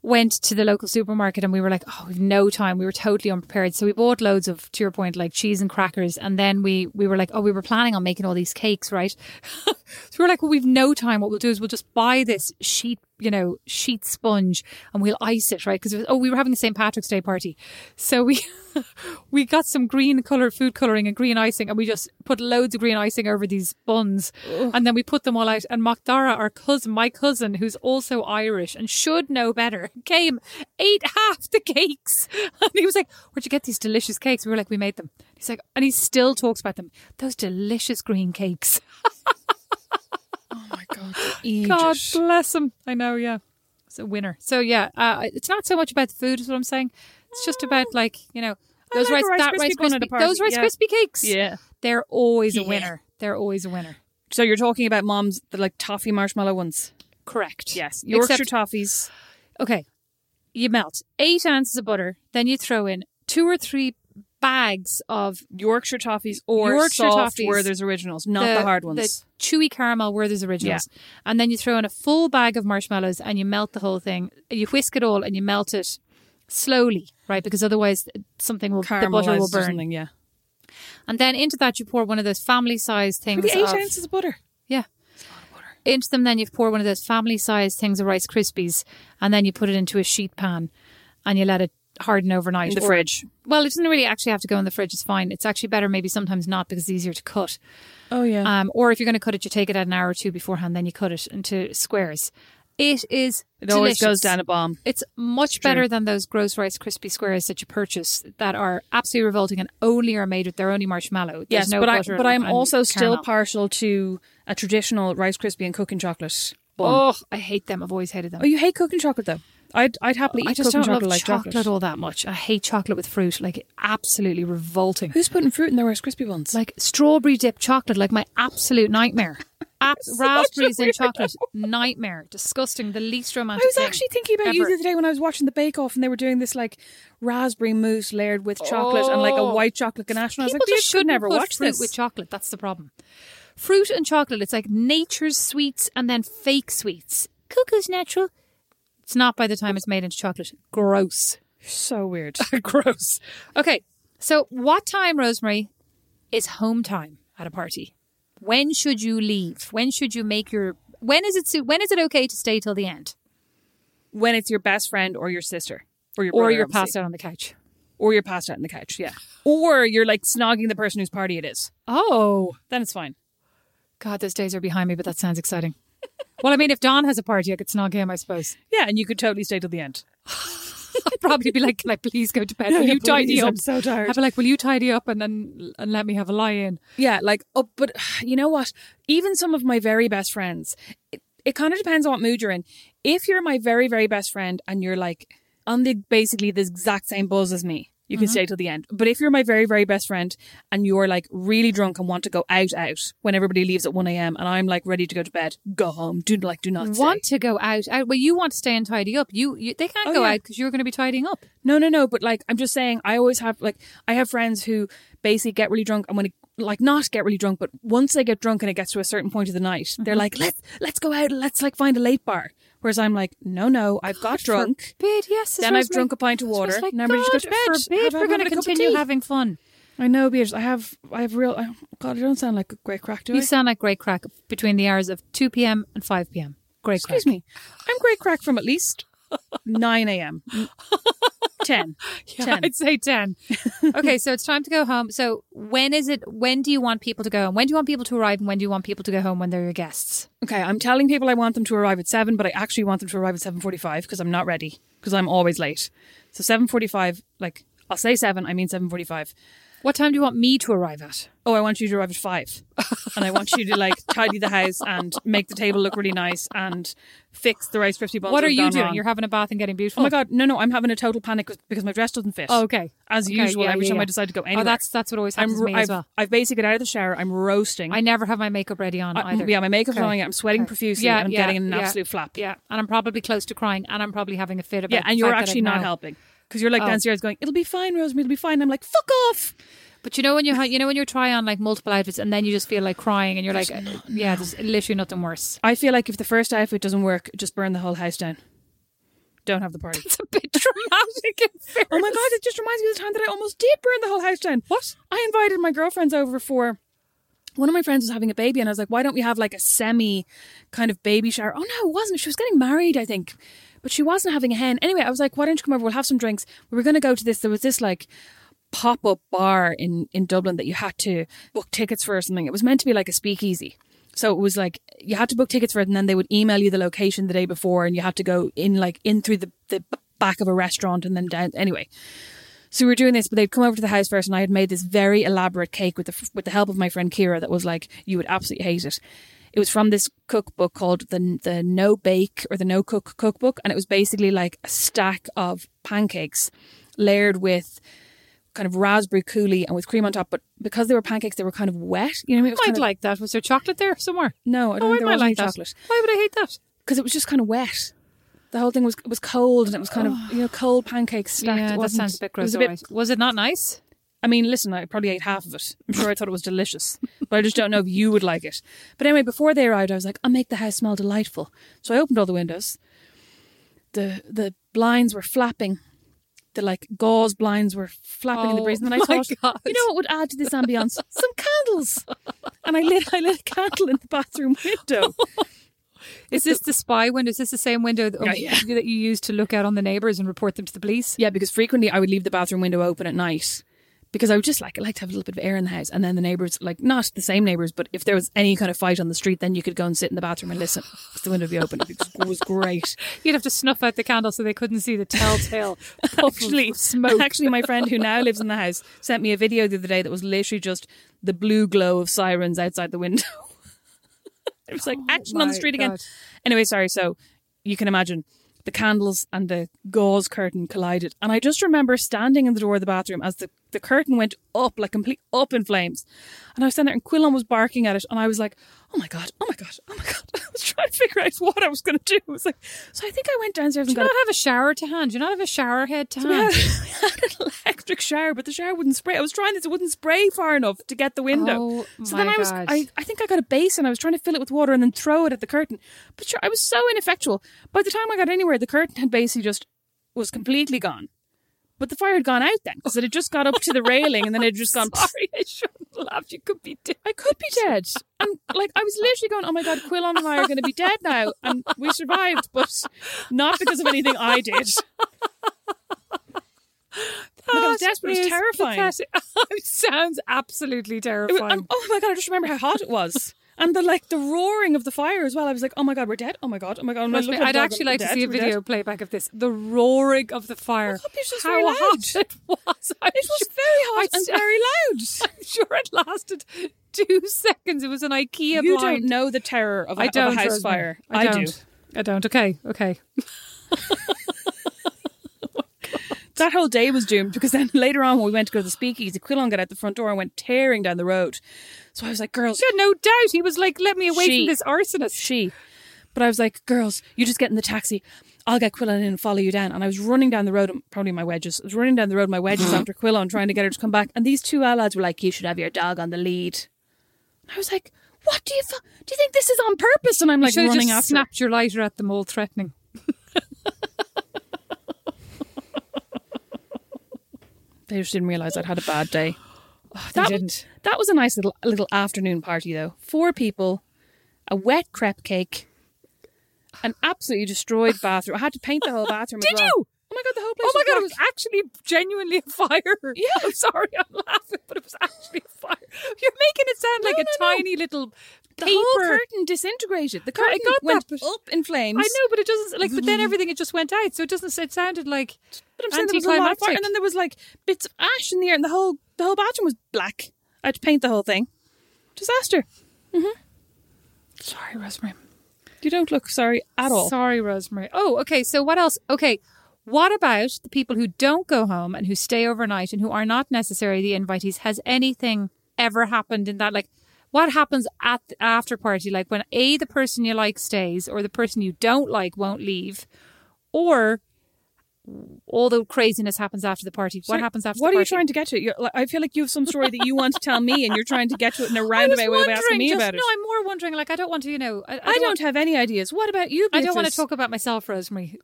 [SPEAKER 2] went to the local supermarket, and we were like, "Oh, we've no time. We were totally unprepared." So we bought loads of, to your point, like cheese and crackers, and then we we were like, "Oh, we were planning on making all these cakes, right?" (laughs) so we were like, "Well, we've no time. What we'll do is we'll just buy this sheet." You know, sheet sponge, and we'll ice it, right? Because oh, we were having the St. Patrick's Day party, so we we got some green color food coloring and green icing and we just put loads of green icing over these buns and then we put them all out and Macdara our cousin my cousin who's also Irish and should know better (laughs) came ate half the cakes (laughs) and he was like where'd you get these delicious cakes we were like we made them he's like and he still talks about them those delicious
[SPEAKER 1] (laughs)
[SPEAKER 2] green cakes
[SPEAKER 1] well. Oh my god. Egypt.
[SPEAKER 2] (laughs) God bless him I know yeah it's a winner so yeah uh, it's not so much about the food is what I'm saying it's just about like you know those
[SPEAKER 1] like a Rice
[SPEAKER 2] that
[SPEAKER 1] Krispie
[SPEAKER 2] rice
[SPEAKER 1] bun at a
[SPEAKER 2] crispy,
[SPEAKER 1] party,
[SPEAKER 2] those rice
[SPEAKER 1] yeah.
[SPEAKER 2] crispy cakes
[SPEAKER 1] Yeah.
[SPEAKER 2] they're always a
[SPEAKER 1] Yeah.
[SPEAKER 2] winner. They're always a winner.
[SPEAKER 1] So you're talking about moms the like toffee marshmallow ones.
[SPEAKER 2] Correct.
[SPEAKER 1] Yorkshire
[SPEAKER 2] Except,
[SPEAKER 1] toffees.
[SPEAKER 2] okay. You melt eight ounces of butter, then you throw in two or three bags of
[SPEAKER 1] Yorkshire toffees or
[SPEAKER 2] Yorkshire
[SPEAKER 1] soft
[SPEAKER 2] toffees.
[SPEAKER 1] Werther's originals, not the, hard ones.
[SPEAKER 2] the chewy caramel Werther's originals, and then you throw in a full bag of marshmallows and you melt the whole thing. You whisk it all and you melt it slowly, right? Because otherwise something will the butter will
[SPEAKER 1] Caramelized or
[SPEAKER 2] burn.
[SPEAKER 1] something, yeah.
[SPEAKER 2] And then into that you pour one of those family-sized things.
[SPEAKER 1] Maybe eight
[SPEAKER 2] of-
[SPEAKER 1] ounces of butter.
[SPEAKER 2] Yeah. Into them, then you pour one of those family sized things of Rice Krispies and then you put it into a sheet pan and you let it harden overnight.
[SPEAKER 1] In the
[SPEAKER 2] Or-
[SPEAKER 1] fridge.
[SPEAKER 2] Well, it doesn't really actually have to go in the fridge. It's fine. It's actually better, maybe sometimes not because it's easier to cut.
[SPEAKER 1] Oh yeah.
[SPEAKER 2] Um, or if you're going to cut it, you take it out an hour or two beforehand, then you cut it into squares. It is.
[SPEAKER 1] it always goes
[SPEAKER 2] delicious.
[SPEAKER 1] down a bomb.
[SPEAKER 2] It's much better than those gross Rice crispy squares that you purchase that are absolutely revolting and only are made with their only marshmallow. There's
[SPEAKER 1] Yes,
[SPEAKER 2] no
[SPEAKER 1] but I
[SPEAKER 2] butter
[SPEAKER 1] but I'm
[SPEAKER 2] and
[SPEAKER 1] also still
[SPEAKER 2] caramel.
[SPEAKER 1] partial to a traditional Rice Krispie and cooking chocolate bun.
[SPEAKER 2] Oh, I hate them. I've always hated them.
[SPEAKER 1] Oh, you hate cooking chocolate though. I'd I'd happily eat
[SPEAKER 2] Oh, I just
[SPEAKER 1] cooking
[SPEAKER 2] don't
[SPEAKER 1] chocolate
[SPEAKER 2] love
[SPEAKER 1] like
[SPEAKER 2] chocolate,
[SPEAKER 1] chocolate.
[SPEAKER 2] all that much. I hate chocolate with fruit, like absolutely revolting.
[SPEAKER 1] Who's putting fruit in their Rice Krispie ones?
[SPEAKER 2] Like strawberry dip chocolate, like my absolute
[SPEAKER 1] (laughs)
[SPEAKER 2] nightmare. Ab- raspberries in chocolate, nightmare, disgusting. The least romantic.
[SPEAKER 1] I was
[SPEAKER 2] thing
[SPEAKER 1] actually thinking about you
[SPEAKER 2] ever.
[SPEAKER 1] the other day when I was watching the Bake Off, and they were doing this like raspberry mousse layered with chocolate and like a
[SPEAKER 2] Oh.
[SPEAKER 1] white chocolate ganache. And I was
[SPEAKER 2] People
[SPEAKER 1] like,
[SPEAKER 2] just
[SPEAKER 1] "Bitch, could
[SPEAKER 2] shouldn't
[SPEAKER 1] never
[SPEAKER 2] put
[SPEAKER 1] watch
[SPEAKER 2] fruit
[SPEAKER 1] this.
[SPEAKER 2] with chocolate. That's the problem. Fruit and chocolate. It's like nature's sweets and then fake sweets. Cuckoo's natural. It's not by the time it's made into chocolate. Gross.
[SPEAKER 1] so
[SPEAKER 2] (laughs)
[SPEAKER 1] weird.
[SPEAKER 2] Gross. Okay. So, what time, Rosemary, is home time at a party? When should you leave? When should you make your when is it su- when is it okay to stay till the end
[SPEAKER 1] when it's your best friend or your sister or your
[SPEAKER 2] or
[SPEAKER 1] brother,
[SPEAKER 2] you're
[SPEAKER 1] obviously.
[SPEAKER 2] passed out on the couch?
[SPEAKER 1] or you're passed out on the couch, yeah, or you're like snogging the person whose party it is.
[SPEAKER 2] Oh,
[SPEAKER 1] Then it's fine.
[SPEAKER 2] God, those days are behind me, but that sounds
[SPEAKER 1] (laughs)
[SPEAKER 2] exciting. well, I mean, if Don has a party, I could snog him, I suppose.
[SPEAKER 1] Yeah, and you could totally stay till the end.
[SPEAKER 2] I'd probably be like, "Can I please go to bed? Will
[SPEAKER 1] Yeah,
[SPEAKER 2] you tidy
[SPEAKER 1] please,
[SPEAKER 2] up?"
[SPEAKER 1] I'm so tired.
[SPEAKER 2] I'd be like, "Will you tidy up and then and let me have a lie in?"
[SPEAKER 1] Yeah, like oh, but (sighs) you know what? Even some of my very best friends, it, it kind of depends on what mood you're in. If you're my very very best friend and you're like on the basically the exact same buzz as me, you can stay till the end. But if you're my very very best friend and you're like really drunk and want to go out out when everybody leaves at one a.m. and I'm like ready to go to bed, go home. Do like do not stay.
[SPEAKER 2] Want to go out? out well, you want to stay and tidy up. You, you they can't
[SPEAKER 1] Oh,
[SPEAKER 2] go
[SPEAKER 1] yeah.
[SPEAKER 2] out because you're going to be tidying up.
[SPEAKER 1] No, no, no. But like, I'm just saying, I always have like, I have friends who basically get really drunk and when it, like not get really drunk, but once they get drunk and it gets to a certain point of the night, they're like, let's let's go out, and let's like find a late bar. Whereas I'm like, no, no, I've got drunk.
[SPEAKER 2] Forbid, yes.
[SPEAKER 1] Then I've drunk a pint of water.
[SPEAKER 2] Like,
[SPEAKER 1] now I'm ready to go
[SPEAKER 2] God
[SPEAKER 1] to bed.
[SPEAKER 2] Forbid,
[SPEAKER 1] Have-
[SPEAKER 2] we're
[SPEAKER 1] have
[SPEAKER 2] going to
[SPEAKER 1] another cup of
[SPEAKER 2] continue
[SPEAKER 1] tea.
[SPEAKER 2] having fun.
[SPEAKER 1] I know, Beatrice. I have, I have real. I, God, I don't sound like a great crack, do I?
[SPEAKER 2] You sound like great crack between the hours of 2 p.m. and 5 p.m. Great
[SPEAKER 1] Excuse (laughs)
[SPEAKER 2] crack.
[SPEAKER 1] me. I'm great crack from at least nine a.m. (laughs) Ten.
[SPEAKER 2] Yeah,
[SPEAKER 1] Ten.
[SPEAKER 2] (laughs) I'd
[SPEAKER 1] (laughs)
[SPEAKER 2] say 10. okay, so it's time to go home. So when is it when do you want people to go home? When do you want people to arrive and when do you want people to go home when they're your guests?
[SPEAKER 1] Okay, I'm telling people I want them to arrive at seven, but I actually want them to arrive at seven forty-five because I'm not ready because I'm always late. So seven forty-five, like I'll say seven, I mean seven forty-five.
[SPEAKER 2] What time do you want me to arrive at?
[SPEAKER 1] Oh, I want you to arrive at five, and I want you to
[SPEAKER 2] (laughs)
[SPEAKER 1] like tidy the house and make the table look really nice and fix the rice crispy balls.
[SPEAKER 2] what
[SPEAKER 1] that
[SPEAKER 2] are
[SPEAKER 1] have
[SPEAKER 2] you
[SPEAKER 1] gone
[SPEAKER 2] doing?
[SPEAKER 1] wrong.
[SPEAKER 2] You're having a bath and getting beautiful.
[SPEAKER 1] oh my god, no, no, I'm having a total panic because my dress doesn't fit.
[SPEAKER 2] Oh, okay.
[SPEAKER 1] as
[SPEAKER 2] Okay,
[SPEAKER 1] usual,
[SPEAKER 2] yeah,
[SPEAKER 1] every
[SPEAKER 2] yeah,
[SPEAKER 1] time
[SPEAKER 2] yeah.
[SPEAKER 1] I decide to go
[SPEAKER 2] Oh,
[SPEAKER 1] anywhere.
[SPEAKER 2] that's that's what always happens to me
[SPEAKER 1] I've,
[SPEAKER 2] as well.
[SPEAKER 1] I've basically got out of the shower. I'm roasting.
[SPEAKER 2] I never have my makeup ready on
[SPEAKER 1] I-
[SPEAKER 2] either.
[SPEAKER 1] Yeah, my makeup's
[SPEAKER 2] Okay.
[SPEAKER 1] on. I'm sweating
[SPEAKER 2] Okay.
[SPEAKER 1] profusely.
[SPEAKER 2] Yeah,
[SPEAKER 1] and I'm
[SPEAKER 2] yeah,
[SPEAKER 1] getting an
[SPEAKER 2] yeah.
[SPEAKER 1] absolute flap.
[SPEAKER 2] Yeah, and I'm probably close to crying, and I'm probably having a fit about.
[SPEAKER 1] Yeah,
[SPEAKER 2] the
[SPEAKER 1] and you're
[SPEAKER 2] fact that
[SPEAKER 1] actually
[SPEAKER 2] I've
[SPEAKER 1] not
[SPEAKER 2] now-
[SPEAKER 1] helping because you're like
[SPEAKER 2] Oh.
[SPEAKER 1] downstairs going, "It'll be fine, Rosemary. It'll be fine." I'm like, "Fuck off!"
[SPEAKER 2] But you know when you ha- you know when you try on like multiple outfits, and then you just feel like crying, and you're like, uh, yeah, there's literally
[SPEAKER 1] (laughs)
[SPEAKER 2] nothing worse.
[SPEAKER 1] I feel like if the first outfit doesn't work, just burn the whole house down. Don't have the
[SPEAKER 2] (laughs)
[SPEAKER 1] party.
[SPEAKER 2] It's a bit dramatic. in (laughs) fairness.
[SPEAKER 1] oh my god! It just reminds me of the time that I almost did burn the whole house down. What? I invited my girlfriends over for. One of my friends was having a baby, and I was like, "Why don't we have like a semi, kind of baby shower?" Oh no, it wasn't. She was getting married, I think, but she wasn't having a hen. Anyway, I was like, "Why don't you come over? We'll have some drinks." We were going to go to this. There was this like pop up bar in in Dublin that you had to book tickets for or something. It was meant to be like a speakeasy. So it was like you had to book tickets for it, and then they would email you the location the day before, and you had to go in like in through the the back of a restaurant and then down. Anyway, so we were doing this, but they'd come over to the house first, and I had made this very elaborate cake with the with the help of my friend Kira that was like you would absolutely hate it. It was from this cookbook called the the No Bake or the No Cook Cookbook, and it was basically like a stack of pancakes layered with kind of raspberry coulis and with cream on top. But because they were pancakes, they were kind of wet. You know what I mean? It was
[SPEAKER 2] I
[SPEAKER 1] kind
[SPEAKER 2] might
[SPEAKER 1] of-
[SPEAKER 2] Oh, like that. Was there chocolate there somewhere?
[SPEAKER 1] no, I don't
[SPEAKER 2] Oh, I
[SPEAKER 1] think there
[SPEAKER 2] might
[SPEAKER 1] was any
[SPEAKER 2] like that.
[SPEAKER 1] chocolate
[SPEAKER 2] Why would I hate that?
[SPEAKER 1] because it was just kind of wet. The whole thing was it was cold and it was kind of you know cold pancakes stacked.
[SPEAKER 2] Oh. yeah,
[SPEAKER 1] it
[SPEAKER 2] that
[SPEAKER 1] wasn't-
[SPEAKER 2] sounds a bit
[SPEAKER 1] It was
[SPEAKER 2] gross.
[SPEAKER 1] a
[SPEAKER 2] all
[SPEAKER 1] bit
[SPEAKER 2] right. was it not nice?
[SPEAKER 1] I mean, listen, I probably ate half of it. I'm sure I thought it was delicious, but I just don't know if you would like it. But anyway, before they arrived, I was like, I'll make the house smell delightful. So I opened all the windows. The the blinds were flapping. The like gauze blinds were flapping in the
[SPEAKER 2] Oh
[SPEAKER 1] breeze. And then I
[SPEAKER 2] my
[SPEAKER 1] thought,
[SPEAKER 2] God.
[SPEAKER 1] you know what would add to this ambience? Some candles. And I lit I lit a candle in the bathroom window.
[SPEAKER 2] Is this the spy window? Is this the same window that,
[SPEAKER 1] Oh, yeah.
[SPEAKER 2] that you use to look out on the neighbors and report them to the police?
[SPEAKER 1] Yeah, because frequently I would leave the bathroom window open at night because I would just like I like to have a little bit of air in the house. And then the neighbors, like not the same neighbors, but if there was any kind of fight on the street, then you could go and sit in the bathroom and listen. (sighs) 'cause The window would be open. It was great.
[SPEAKER 2] You'd have to snuff out the candle so they couldn't see the telltale puff
[SPEAKER 1] Actually,
[SPEAKER 2] of smoke.
[SPEAKER 1] Actually, my friend who now lives in the house sent me a video the other day that was literally just the blue glow of sirens outside the window. (laughs) it was like action on the
[SPEAKER 2] Oh my
[SPEAKER 1] street again.
[SPEAKER 2] God.
[SPEAKER 1] Anyway, sorry. So you can imagine the candles and the gauze curtain collided. And I just remember standing in the door of the bathroom as the, the curtain went up, like complete up in flames. And I was standing there and Quillan was barking at it. And I was like, oh my God, oh my God, oh my God. (laughs) I was trying to figure out what I was going to do. It was like, so I think I went downstairs and
[SPEAKER 2] Do you
[SPEAKER 1] got
[SPEAKER 2] not have a shower to hand? Do you not have a shower head to
[SPEAKER 1] we had,
[SPEAKER 2] hand? (laughs)
[SPEAKER 1] (laughs) we had an electric shower, but the shower wouldn't spray. I was trying this; it wouldn't spray far enough to get the window.
[SPEAKER 2] Oh,
[SPEAKER 1] so then
[SPEAKER 2] my
[SPEAKER 1] I was,
[SPEAKER 2] God.
[SPEAKER 1] I, I think I got a basin. I was trying to fill it with water and then throw it at the curtain. But sure, I was so ineffectual. By the time I got anywhere, the curtain had basically just was completely gone. But the fire had gone out then because it had just got up to the railing and then it had just gone.
[SPEAKER 2] (laughs)
[SPEAKER 1] (laughs)
[SPEAKER 2] Sorry, I shouldn't laugh. You could be dead.
[SPEAKER 1] I could be dead. And like I was literally going, Oh my god, Quillon and I are gonna be dead now. And we survived, but not because of anything I did. Look, I was
[SPEAKER 2] That
[SPEAKER 1] desperate, it was
[SPEAKER 2] is
[SPEAKER 1] terrifying.
[SPEAKER 2] pathetic. (laughs) It sounds absolutely
[SPEAKER 1] It was-
[SPEAKER 2] terrifying.
[SPEAKER 1] um, oh my god! I just remember how hot it was, and the like the roaring of the fire as well. I was like, oh my god, we're dead! Oh my god! Oh my god! And I
[SPEAKER 2] Trust me,
[SPEAKER 1] looked at
[SPEAKER 2] I'd
[SPEAKER 1] the dog,
[SPEAKER 2] actually
[SPEAKER 1] we're
[SPEAKER 2] like to
[SPEAKER 1] dead,
[SPEAKER 2] see a
[SPEAKER 1] we're dead. (laughs)
[SPEAKER 2] video playback of this. The roaring of the fire.
[SPEAKER 1] God, this was
[SPEAKER 2] How
[SPEAKER 1] very loud.
[SPEAKER 2] hot (laughs) it was. I'm
[SPEAKER 1] It was
[SPEAKER 2] sure-
[SPEAKER 1] very hot
[SPEAKER 2] I'd
[SPEAKER 1] and
[SPEAKER 2] say-
[SPEAKER 1] very loud.
[SPEAKER 2] (laughs) I'm sure it lasted two seconds. It was an IKEA
[SPEAKER 1] You
[SPEAKER 2] blind.
[SPEAKER 1] don't know the terror of a,
[SPEAKER 2] I
[SPEAKER 1] of a
[SPEAKER 2] don't.
[SPEAKER 1] house
[SPEAKER 2] Rosemary.
[SPEAKER 1] fire.
[SPEAKER 2] I, don't.
[SPEAKER 1] do.
[SPEAKER 2] I don't. Okay. Okay.
[SPEAKER 1] That whole day was doomed because then (laughs) later on when we went to go to the speakeasy, Quillon got out the front door and went tearing down the road. So I was like, girls, (laughs)
[SPEAKER 2] She had no doubt. He was like, "Let me away
[SPEAKER 1] She-
[SPEAKER 2] from this arsonist."
[SPEAKER 1] she. But I was like, girls, you just get in the taxi. I'll get Quillan in and follow you down. And I was running down the road, and probably my wedges. I was running down the road, my wedges after Quillan, trying to get her to come back. And these two lads were like, you should have your dog on the lead. And I was like, what do you fu- do you think this is on purpose? And I'm like
[SPEAKER 2] Should have
[SPEAKER 1] running after.
[SPEAKER 2] just
[SPEAKER 1] her.
[SPEAKER 2] snapped your lighter at them, all threatening.
[SPEAKER 1] They just didn't realize I'd had a bad day.
[SPEAKER 2] They
[SPEAKER 1] that
[SPEAKER 2] didn't.
[SPEAKER 1] Was, that was a nice little little afternoon party though. Four people, a wet (laughs) crepe cake, an absolutely destroyed bathroom. I had to paint the whole bathroom. as
[SPEAKER 2] Did
[SPEAKER 1] well.
[SPEAKER 2] you?
[SPEAKER 1] Oh my my god, the whole place.
[SPEAKER 2] Oh my
[SPEAKER 1] was
[SPEAKER 2] god, it
[SPEAKER 1] black.
[SPEAKER 2] was actually genuinely a fire. (laughs) Yeah. I'm sorry, I'm laughing, but it was actually a fire. You're making it sound like a
[SPEAKER 1] no, no.
[SPEAKER 2] tiny little
[SPEAKER 1] the
[SPEAKER 2] paper.
[SPEAKER 1] whole curtain disintegrated. The
[SPEAKER 2] No, I
[SPEAKER 1] curtain
[SPEAKER 2] got
[SPEAKER 1] went
[SPEAKER 2] that, but-
[SPEAKER 1] up in flames.
[SPEAKER 2] I know, but it doesn't like. But then
[SPEAKER 1] Mm-hmm.
[SPEAKER 2] everything it just went out, so it doesn't. It sounded like
[SPEAKER 1] but I'm saying there was a lot of fire,
[SPEAKER 2] anticlimactic.
[SPEAKER 1] and then there was like bits of ash in the air, and the whole the whole bathroom was black. I had to paint the whole thing. Disaster.
[SPEAKER 2] sorry, Rosemary.
[SPEAKER 1] You don't look sorry at all.
[SPEAKER 2] Sorry, Rosemary. Oh, okay. So what else? Okay. What about the people who don't go home and who stay overnight and who are not necessarily the invitees? Has anything ever happened in that? Like, what happens at the after party? Like, when A, the person you like stays, or the person you don't like won't leave, or all the craziness happens after the party. what
[SPEAKER 1] Sorry,
[SPEAKER 2] happens after
[SPEAKER 1] What
[SPEAKER 2] the
[SPEAKER 1] are you
[SPEAKER 2] party?
[SPEAKER 1] trying to get to? You're, like, I feel like you have some story that you want to tell me, and you're trying to get to it (laughs) in a roundabout way by asking me
[SPEAKER 2] just-
[SPEAKER 1] about it.
[SPEAKER 2] No, I'm more wondering, like, I don't want to, you know, I, I don't,
[SPEAKER 1] I
[SPEAKER 2] want-
[SPEAKER 1] don't have any ideas. What about you?
[SPEAKER 2] I
[SPEAKER 1] Beatrice?
[SPEAKER 2] don't want to talk about myself, Rosemary.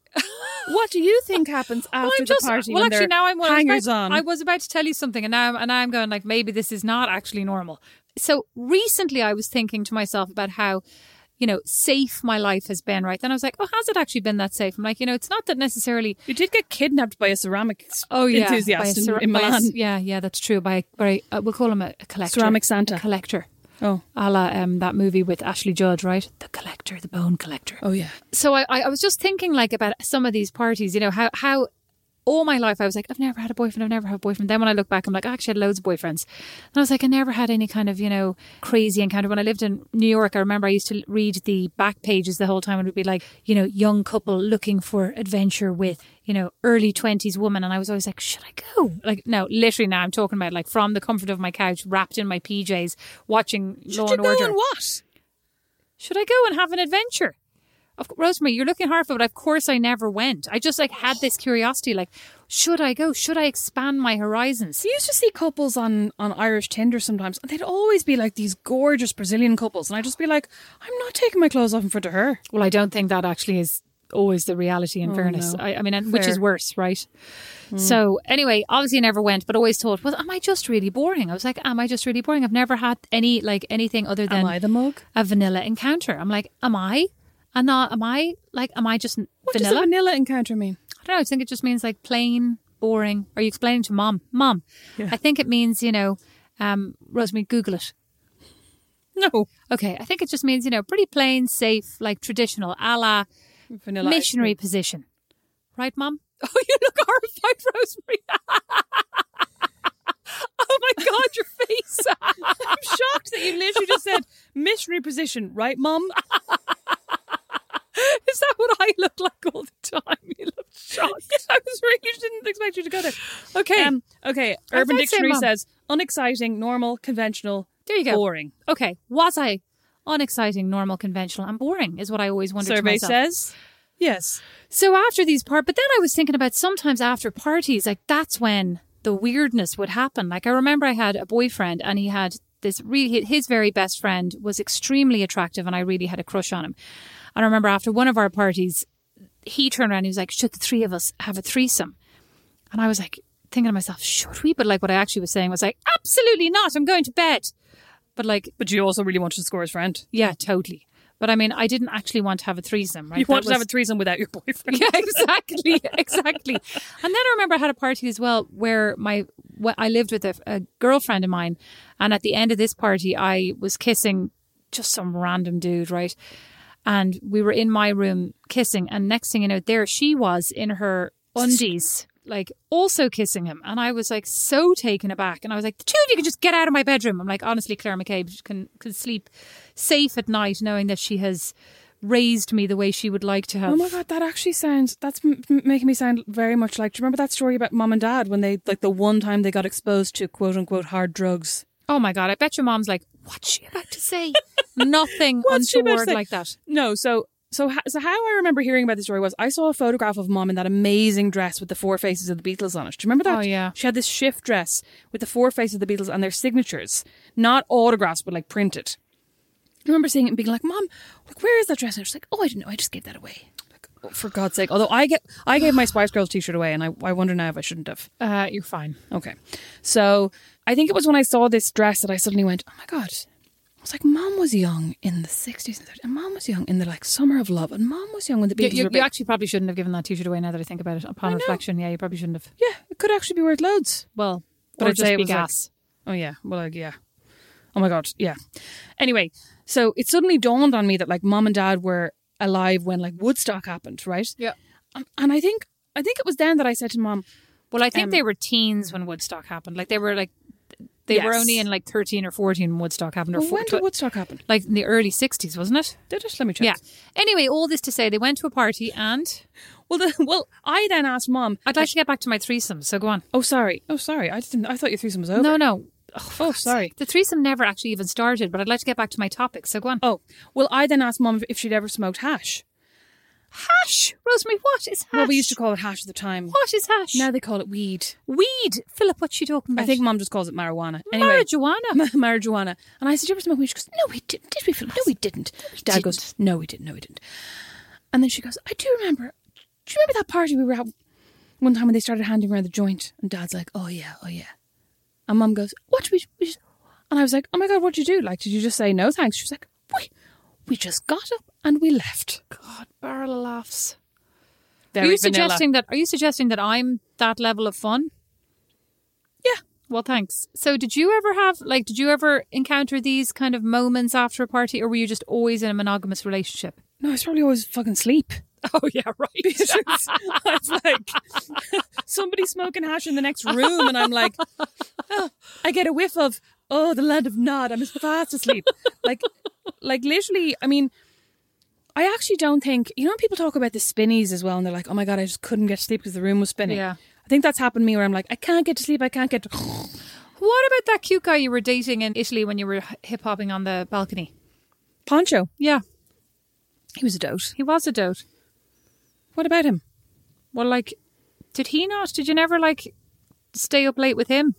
[SPEAKER 1] What do you think (gasps) happens after
[SPEAKER 2] Well,
[SPEAKER 1] the
[SPEAKER 2] I'm just-
[SPEAKER 1] party?
[SPEAKER 2] Well,
[SPEAKER 1] when
[SPEAKER 2] actually,
[SPEAKER 1] they're
[SPEAKER 2] now I'm well, I was
[SPEAKER 1] hangers
[SPEAKER 2] about-
[SPEAKER 1] on.
[SPEAKER 2] I was about to tell you something, and now I'm, and now I'm going like maybe this is not actually normal. So recently, I was thinking to myself about how. You know, safe my life has been, right? Then I was like, oh, has it actually been that safe? I'm like, you know, it's not that necessarily
[SPEAKER 1] you did get kidnapped by a ceramic s-
[SPEAKER 2] oh yeah, by a
[SPEAKER 1] enthusiast in-
[SPEAKER 2] cera-
[SPEAKER 1] in
[SPEAKER 2] by a
[SPEAKER 1] Milan.
[SPEAKER 2] c- yeah, yeah, that's true. By by, uh, we'll call him a, a collector,
[SPEAKER 1] Ceramic Santa.
[SPEAKER 2] a collector,
[SPEAKER 1] oh,
[SPEAKER 2] a la um, that movie with Ashley Judd, right? The collector, the bone collector.
[SPEAKER 1] oh yeah.
[SPEAKER 2] so I, I I was just thinking like about some of these parties, you know, how how all my life I was like, I've never had a boyfriend, I've never had a boyfriend. Then when I look back, I'm like, I actually had loads of boyfriends. And I was like, I never had any kind of, you know, crazy encounter. When I lived in New York, I remember I used to read the back pages the whole time and it would be like, you know, young couple looking for adventure with, you know, early twenties woman. And I was always like, Should I go? Like, no, literally now I'm talking about like from the comfort of my couch, wrapped in my PJs, watching Law
[SPEAKER 1] Did you
[SPEAKER 2] and Order.
[SPEAKER 1] go and what?
[SPEAKER 2] Should I go and have an adventure? Of course, Rosemary, you're looking hard for it. Of course, I never went. I just like had this curiosity, like, should I go? Should I expand my horizons?
[SPEAKER 1] You used to see couples on on Irish Tinder sometimes, and they'd always be like these gorgeous Brazilian couples, and I'd just be like, I'm not taking my clothes off in front of her.
[SPEAKER 2] Well, I don't think that actually is always the reality. In fairness,
[SPEAKER 1] Oh, no.
[SPEAKER 2] I, I mean, and, which
[SPEAKER 1] Fair. Hmm.
[SPEAKER 2] is worse, right? So anyway, obviously, I never went, but always thought, well, am I just really boring? I was like, am I just really boring? I've never had any like anything other than
[SPEAKER 1] the mug?
[SPEAKER 2] a vanilla encounter. I'm like, am I? And not am I like am I just
[SPEAKER 1] What
[SPEAKER 2] vanilla?
[SPEAKER 1] does a vanilla encounter mean?
[SPEAKER 2] I don't know. I think it just means like plain, boring. Are you explaining to mom? Mom, I think it means, you know, um, Rosemary, Google it.
[SPEAKER 1] No,
[SPEAKER 2] Okay. I think it just means, you know, pretty plain, safe, like traditional, a la
[SPEAKER 1] vanilla ice
[SPEAKER 2] missionary position. Right, mom? Oh, you look (laughs) horrified, Rosemary. oh my God, your face.
[SPEAKER 1] (laughs) I'm shocked that you literally just said missionary position, right, Mum?
[SPEAKER 2] (laughs) Is that what I look like all the time? You look shocked.
[SPEAKER 1] (laughs) I was really just didn't expect you to go there.
[SPEAKER 2] Okay.
[SPEAKER 1] Um, okay.
[SPEAKER 2] I
[SPEAKER 1] Urban
[SPEAKER 2] thought so,
[SPEAKER 1] Dictionary
[SPEAKER 2] Mum.
[SPEAKER 1] says unexciting, normal, conventional,
[SPEAKER 2] there you go.
[SPEAKER 1] boring.
[SPEAKER 2] Okay. Was I unexciting, normal, conventional, and boring is what I always wondered to
[SPEAKER 1] Survey
[SPEAKER 2] myself.
[SPEAKER 1] says yes.
[SPEAKER 2] So after these part, but then I was thinking about sometimes after parties, like that's when the weirdness would happen. Like I remember I had a boyfriend and he had this really his very best friend was extremely attractive and I really had a crush on him. And I remember after one of our parties, he turned around and he was like, "Should the three of us have a threesome?" And I was like thinking to myself, "Should we?" But like what I actually was saying was like, "Absolutely not. I'm going to bed." But like,
[SPEAKER 1] But you also really wanted to score his friend.
[SPEAKER 2] yeah, totally. But I mean, I didn't actually want to have a threesome, right?
[SPEAKER 1] You
[SPEAKER 2] That
[SPEAKER 1] wanted to
[SPEAKER 2] was-
[SPEAKER 1] have a threesome without your (laughs) boyfriend.
[SPEAKER 2] (laughs) yeah, exactly, exactly. And then I remember I had a party as well where my wh- I lived with a, a girlfriend of mine, and at the end of this party, I was kissing just some random dude, right? And we were in my room kissing, and next thing you know, there she was in her undies. Like also kissing him, and I was like so taken aback, and I was like, "The two of you can just get out of my bedroom." I'm like, honestly, Claire McCabe can can sleep safe at night, knowing that she has raised me the way she would like to have.
[SPEAKER 1] Oh my god, that actually sounds. That's m- m- making me sound very much like. Do you remember that story about mom and dad when they like the one time they got exposed to quote unquote hard drugs?
[SPEAKER 2] Oh my god! I bet your mom's like, "What's she about to (laughs) say?" Nothing
[SPEAKER 1] What's she about to
[SPEAKER 2] untoward
[SPEAKER 1] say?
[SPEAKER 2] like that.
[SPEAKER 1] No, so so ho- so how I remember hearing about the story was I saw a photograph of mom in that amazing dress with the four faces of the Beatles on it. Do you remember that?
[SPEAKER 2] Oh, yeah.
[SPEAKER 1] She had this shift dress with the four faces of the Beatles and their signatures, not autographs, but like printed. I remember seeing it and being like, "Mom, like where is that dress?" And she's like, "Oh, I don't know. I just gave that away." Like, oh, for God's sake! Although I get, I gave my Spice Girls T-shirt away, and I, I wonder now if I shouldn't have.
[SPEAKER 2] Uh, you're fine.
[SPEAKER 1] Okay. So I think it was when I saw this dress that I suddenly went, oh my God, was like, Mom was young in the 60s and 30s, and Mom was young in the like summer of love, and Mom was young when the
[SPEAKER 2] You,
[SPEAKER 1] Beatles
[SPEAKER 2] you-
[SPEAKER 1] were
[SPEAKER 2] you
[SPEAKER 1] big.
[SPEAKER 2] actually probably shouldn't have given that T-shirt away. Now that I think about it, upon reflection, yeah, you probably shouldn't have.
[SPEAKER 1] yeah, it could actually be worth loads.
[SPEAKER 2] Well,
[SPEAKER 1] But
[SPEAKER 2] or
[SPEAKER 1] I'd
[SPEAKER 2] just
[SPEAKER 1] say it
[SPEAKER 2] be
[SPEAKER 1] was like-
[SPEAKER 2] gas.
[SPEAKER 1] Oh yeah. Well, like yeah. Oh my god. Yeah. Anyway, so it suddenly dawned on me that like mom and dad were alive when like Woodstock happened, right?
[SPEAKER 2] yeah.
[SPEAKER 1] Um, and I think I think it was then that I said to mom,
[SPEAKER 2] Well, I think
[SPEAKER 1] Um,
[SPEAKER 2] they were teens when Woodstock happened. Like they were like they were
[SPEAKER 1] Yes.
[SPEAKER 2] only in like thirteen or fourteen when Woodstock happened, or
[SPEAKER 1] well,
[SPEAKER 2] four,
[SPEAKER 1] "When
[SPEAKER 2] tw-
[SPEAKER 1] did Woodstock happen?"
[SPEAKER 2] like in the early sixties, wasn't it?
[SPEAKER 1] They just let me check.
[SPEAKER 2] Yeah. Anyway, all this to say, they went to a party, and
[SPEAKER 1] Well, (laughs) the, well, I then asked mom.
[SPEAKER 2] I'd like to get back to my threesome. So go on.
[SPEAKER 1] Oh, sorry. Oh, sorry. I didn't. I thought your threesome was over.
[SPEAKER 2] No, no.
[SPEAKER 1] Oh, sorry.
[SPEAKER 2] The threesome never actually even started, but I'd like to get back to my topic. So go on.
[SPEAKER 1] Oh, well, I then asked mom if- if she'd ever smoked hash.
[SPEAKER 2] hash, Rosemary. What is hash?
[SPEAKER 1] Well, we used to call it hash at the time.
[SPEAKER 2] What is hash?
[SPEAKER 1] Now they call it weed.
[SPEAKER 2] Weed. Philip, what's she talking about?
[SPEAKER 1] I think mom just calls it marijuana. Anyway,
[SPEAKER 2] marijuana.
[SPEAKER 1] ma- (laughs) marijuana. And I said, "You ever smoke weed?" She goes, "No, we didn't. Did we? Phil? No, we didn't." Dad goes, "No, we didn't. No, we didn't." And then she goes, "I do remember. Do you remember that party we were at one time when they started handing around the joint?" And Dad's like, "Oh yeah, oh yeah." And Mum goes, "What did we?" we just-" And I was like, "Oh my God, what did you do? Like, did you just say no thanks?" She was like, "We, we just got up and we left."
[SPEAKER 2] God, barrel laughs.
[SPEAKER 1] Very
[SPEAKER 2] are you
[SPEAKER 1] vanilla.
[SPEAKER 2] suggesting that? Are you suggesting that I'm that level of fun?
[SPEAKER 1] Yeah.
[SPEAKER 2] Well, thanks. So, did you ever have like? Did you ever encounter these kind of moments after a party, or were you just always in a
[SPEAKER 1] (laughs)
[SPEAKER 2] monogamous relationship?
[SPEAKER 1] No, I was probably always fucking sleep.
[SPEAKER 2] Oh yeah, right. (laughs)
[SPEAKER 1] (laughs) I was like, somebody smoking hash in the next room, and I'm like, oh, I get a whiff of, oh, the land of Nod. I'm just fast asleep. Like, like literally. I mean, I actually don't think you know. when People talk about the spinnies as well, and they're like, oh my god, I just couldn't get to sleep because the room was spinning.
[SPEAKER 2] Yeah.
[SPEAKER 1] I think that's happened to me where I'm like, I can't get to sleep. I can't get. To...
[SPEAKER 2] what about that cute guy you were dating in Italy when you were hip hopping on the balcony?
[SPEAKER 1] Poncho,
[SPEAKER 2] Yeah,
[SPEAKER 1] he was a dote.
[SPEAKER 2] he was a dote.
[SPEAKER 1] What about him?
[SPEAKER 2] Well, like, did he not? Did you never like stay up late with him?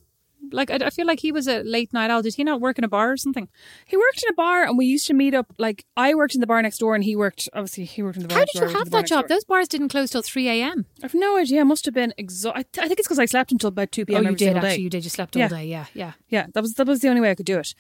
[SPEAKER 2] Like, I, I feel like he was a late night owl. Did he not work in a bar or something?
[SPEAKER 1] He worked in a bar, and we used to meet up. Like, I worked in the bar next door, and he worked. Obviously, he worked in the bar.
[SPEAKER 2] How
[SPEAKER 1] next
[SPEAKER 2] did
[SPEAKER 1] door,
[SPEAKER 2] you
[SPEAKER 1] I worked in
[SPEAKER 2] have
[SPEAKER 1] the bar
[SPEAKER 2] that
[SPEAKER 1] next
[SPEAKER 2] job?
[SPEAKER 1] door.
[SPEAKER 2] Those bars didn't close till three a.m.
[SPEAKER 1] I've no idea. I must have been exhausted. I, th- I think it's because I slept until about two p.m.
[SPEAKER 2] Oh, you
[SPEAKER 1] every
[SPEAKER 2] did
[SPEAKER 1] single
[SPEAKER 2] actually.
[SPEAKER 1] day.
[SPEAKER 2] You did. You slept
[SPEAKER 1] Yeah.
[SPEAKER 2] all day. Yeah, yeah.
[SPEAKER 1] Yeah, that was that was the only way I could do it.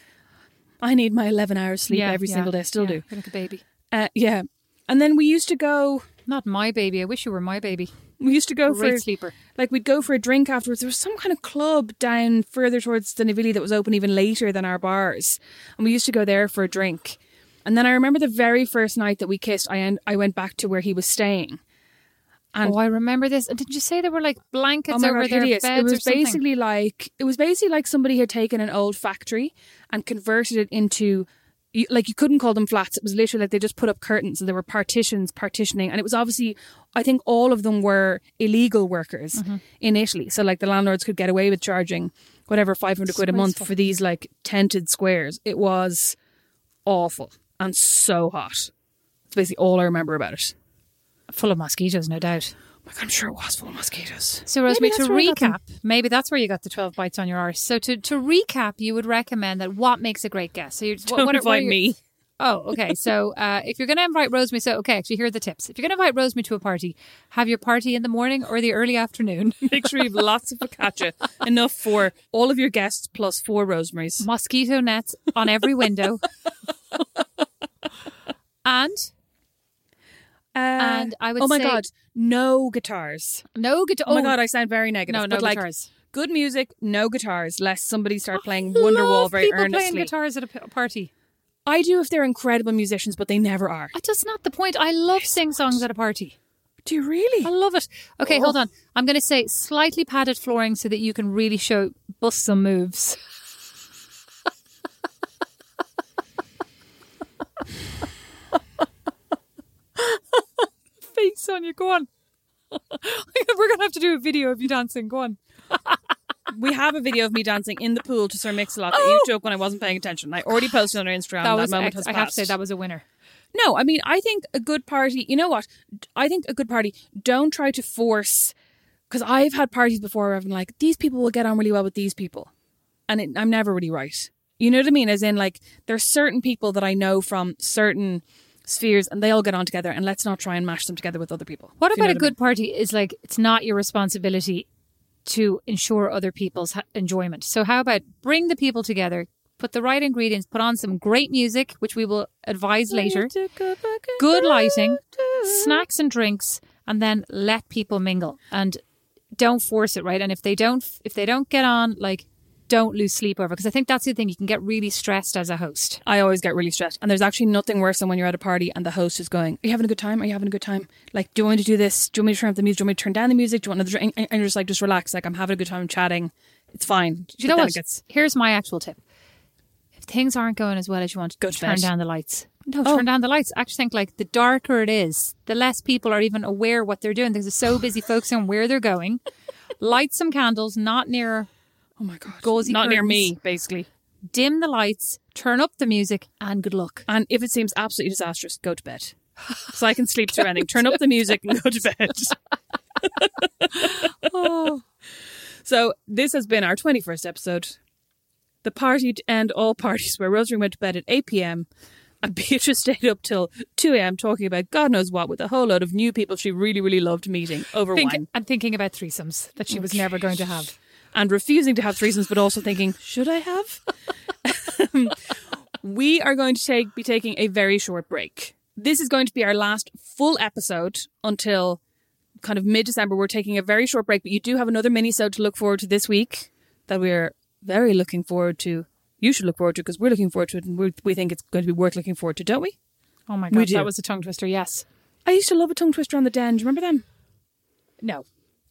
[SPEAKER 1] I need my eleven hours sleep
[SPEAKER 2] yeah,
[SPEAKER 1] every
[SPEAKER 2] yeah,
[SPEAKER 1] single day. I still
[SPEAKER 2] yeah.
[SPEAKER 1] do.
[SPEAKER 2] You're like a baby.
[SPEAKER 1] Uh, yeah, and then we used to go.
[SPEAKER 2] Not my baby. I wish you were my baby.
[SPEAKER 1] We used to go
[SPEAKER 2] Great
[SPEAKER 1] for
[SPEAKER 2] sleeper.
[SPEAKER 1] like we'd go for a drink afterwards. There was some kind of club down further towards the Nivili that was open even later than our bars, and we used to go there for a drink. And then I remember the very first night that we kissed, I en- I went back to where he was staying. And-
[SPEAKER 2] oh, I remember this. Did you say there were like blankets
[SPEAKER 1] oh my
[SPEAKER 2] over
[SPEAKER 1] God,
[SPEAKER 2] their
[SPEAKER 1] hideous.
[SPEAKER 2] beds
[SPEAKER 1] it
[SPEAKER 2] or
[SPEAKER 1] was
[SPEAKER 2] something?
[SPEAKER 1] basically like it was basically like somebody had taken an old factory and converted it into you, like you couldn't call them flats it was literally like they just put up curtains and there were partitions partitioning and it was obviously i think all of them were illegal workers
[SPEAKER 2] Mm-hmm.
[SPEAKER 1] in italy so like the landlords could get away with charging whatever 500 quid a month for these like tented squares it was awful and so hot it's basically all i remember about it
[SPEAKER 2] full of mosquitoes, no doubt.
[SPEAKER 1] like i'm sure it was full of mosquitoes
[SPEAKER 2] So, Rosemary, to
[SPEAKER 1] that's where I got them.
[SPEAKER 2] recap, maybe that's where you got the 12 bites on your arse. So, to, to recap, you would recommend that what makes a great guest? So, you're just,
[SPEAKER 1] don't
[SPEAKER 2] what, what, are- what are
[SPEAKER 1] invite
[SPEAKER 2] your-
[SPEAKER 1] me
[SPEAKER 2] Oh, okay. So, uh, if you're going to invite Rosemary, so, okay, actually, here are the tips. If you're going to invite Rosemary to a party, have your party in the morning or the early (laughs) afternoon.
[SPEAKER 1] Make sure you've lots of focaccia, enough for all of your guests plus four rosemarys.
[SPEAKER 2] mosquito nets on every window. and And I would
[SPEAKER 1] oh my
[SPEAKER 2] say-
[SPEAKER 1] god, no guitars.
[SPEAKER 2] no guitar.
[SPEAKER 1] Oh, my god, I sound very negative.
[SPEAKER 2] no,
[SPEAKER 1] but
[SPEAKER 2] no
[SPEAKER 1] like,
[SPEAKER 2] guitars.
[SPEAKER 1] Good music, no guitars, lest somebody start playing
[SPEAKER 2] Love
[SPEAKER 1] Wonderwall very
[SPEAKER 2] people
[SPEAKER 1] earnestly.
[SPEAKER 2] playing guitars at a p- party.
[SPEAKER 1] I do if they're incredible musicians, but they never are.
[SPEAKER 2] That's just not the point. I love sing songs at a party.
[SPEAKER 1] Do you
[SPEAKER 2] I
[SPEAKER 1] really?
[SPEAKER 2] love it. Okay, hold
[SPEAKER 1] Oh.
[SPEAKER 2] on. I'm going to say slightly padded flooring so that you can really show bust some moves. (laughs) Face on you. Go on. (laughs) We're going to have to do a video of you dancing. Go on.
[SPEAKER 1] We have a video of me dancing in the pool to Sir Mix-a-Lot that
[SPEAKER 2] (gasps)
[SPEAKER 1] you took when I wasn't paying attention. I already posted on our Instagram. That,
[SPEAKER 2] was
[SPEAKER 1] moment
[SPEAKER 2] ex-
[SPEAKER 1] has
[SPEAKER 2] I
[SPEAKER 1] passed.
[SPEAKER 2] have to say that was a winner.
[SPEAKER 1] No, I mean, I think a good party, you know what? D- I think a good party, don't try to force, because I've had parties before where I've been like, these people will get on really well with these people. And it, I'm never really right. You know what I mean? As in, like, there's certain people that I know from certain spheres and they all get on together, and let's not try and mash them together with other people.
[SPEAKER 2] What
[SPEAKER 1] Do you
[SPEAKER 2] about
[SPEAKER 1] know
[SPEAKER 2] a
[SPEAKER 1] I
[SPEAKER 2] good party is like it's not your responsibility to ensure other people's ha- enjoyment. So how about bring the people together, put the right ingredients, put on some great music, which we will advise later, good lighting, snacks and drinks, and then let people mingle and don't force it, right? And if they don't, if they don't get on, like, don't lose sleep over because I think that's the thing you can get really stressed as a host.
[SPEAKER 1] I always get really stressed. And there's actually nothing worse than when you're at a party and the host is going, Are you having a good time? Are you having a good time? Like, do you want me to do this? Do you want me to turn up the music? Do you want me to turn down the music? Do you want another drink? And and you're just like, Just relax. Like, I'm having a good time chatting. It's fine.
[SPEAKER 2] Do you know
[SPEAKER 1] But then
[SPEAKER 2] what?
[SPEAKER 1] it gets-
[SPEAKER 2] Here's my actual tip: if things aren't going as well as you want,
[SPEAKER 1] Go to
[SPEAKER 2] turn
[SPEAKER 1] bed.
[SPEAKER 2] down the lights. No,
[SPEAKER 1] Oh.
[SPEAKER 2] turn down the lights. I actually think like the darker it is, the less people are even aware what they're doing. They're (sighs) so busy focusing on where they're going. Light some candles, not near.
[SPEAKER 1] Oh my God.
[SPEAKER 2] Gauzy
[SPEAKER 1] Not near
[SPEAKER 2] curtains.
[SPEAKER 1] me, basically.
[SPEAKER 2] Dim the lights, turn up the music, and good luck.
[SPEAKER 1] And if it seems absolutely disastrous, go to bed. So I can sleep through anything. Turn up the music and go to bed.
[SPEAKER 2] Oh,
[SPEAKER 1] So this has been our 21st episode. The party to end all parties where Rosemary went to bed at 8 p.m. and Beatrice stayed up till 2 a.m. talking about God knows what with a whole load of new people she really, really loved meeting over wine
[SPEAKER 2] think, and thinking about threesomes that she was never going to have.
[SPEAKER 1] and refusing to have threesomes, but also thinking, should I have? Um, we are going to take be taking a very short break. This is going to be our last full episode until kind of mid December. We're taking a very short break, but you do have another mini to look forward to this week that we're very looking forward to. You should look forward to because we're looking forward to it and we we think it's going to be worth looking forward to, don't we?
[SPEAKER 2] Oh my
[SPEAKER 1] We
[SPEAKER 2] god,
[SPEAKER 1] do.
[SPEAKER 2] that was a tongue twister. Yes.
[SPEAKER 1] I used to love a tongue twister on the den. Do you remember them?
[SPEAKER 2] No.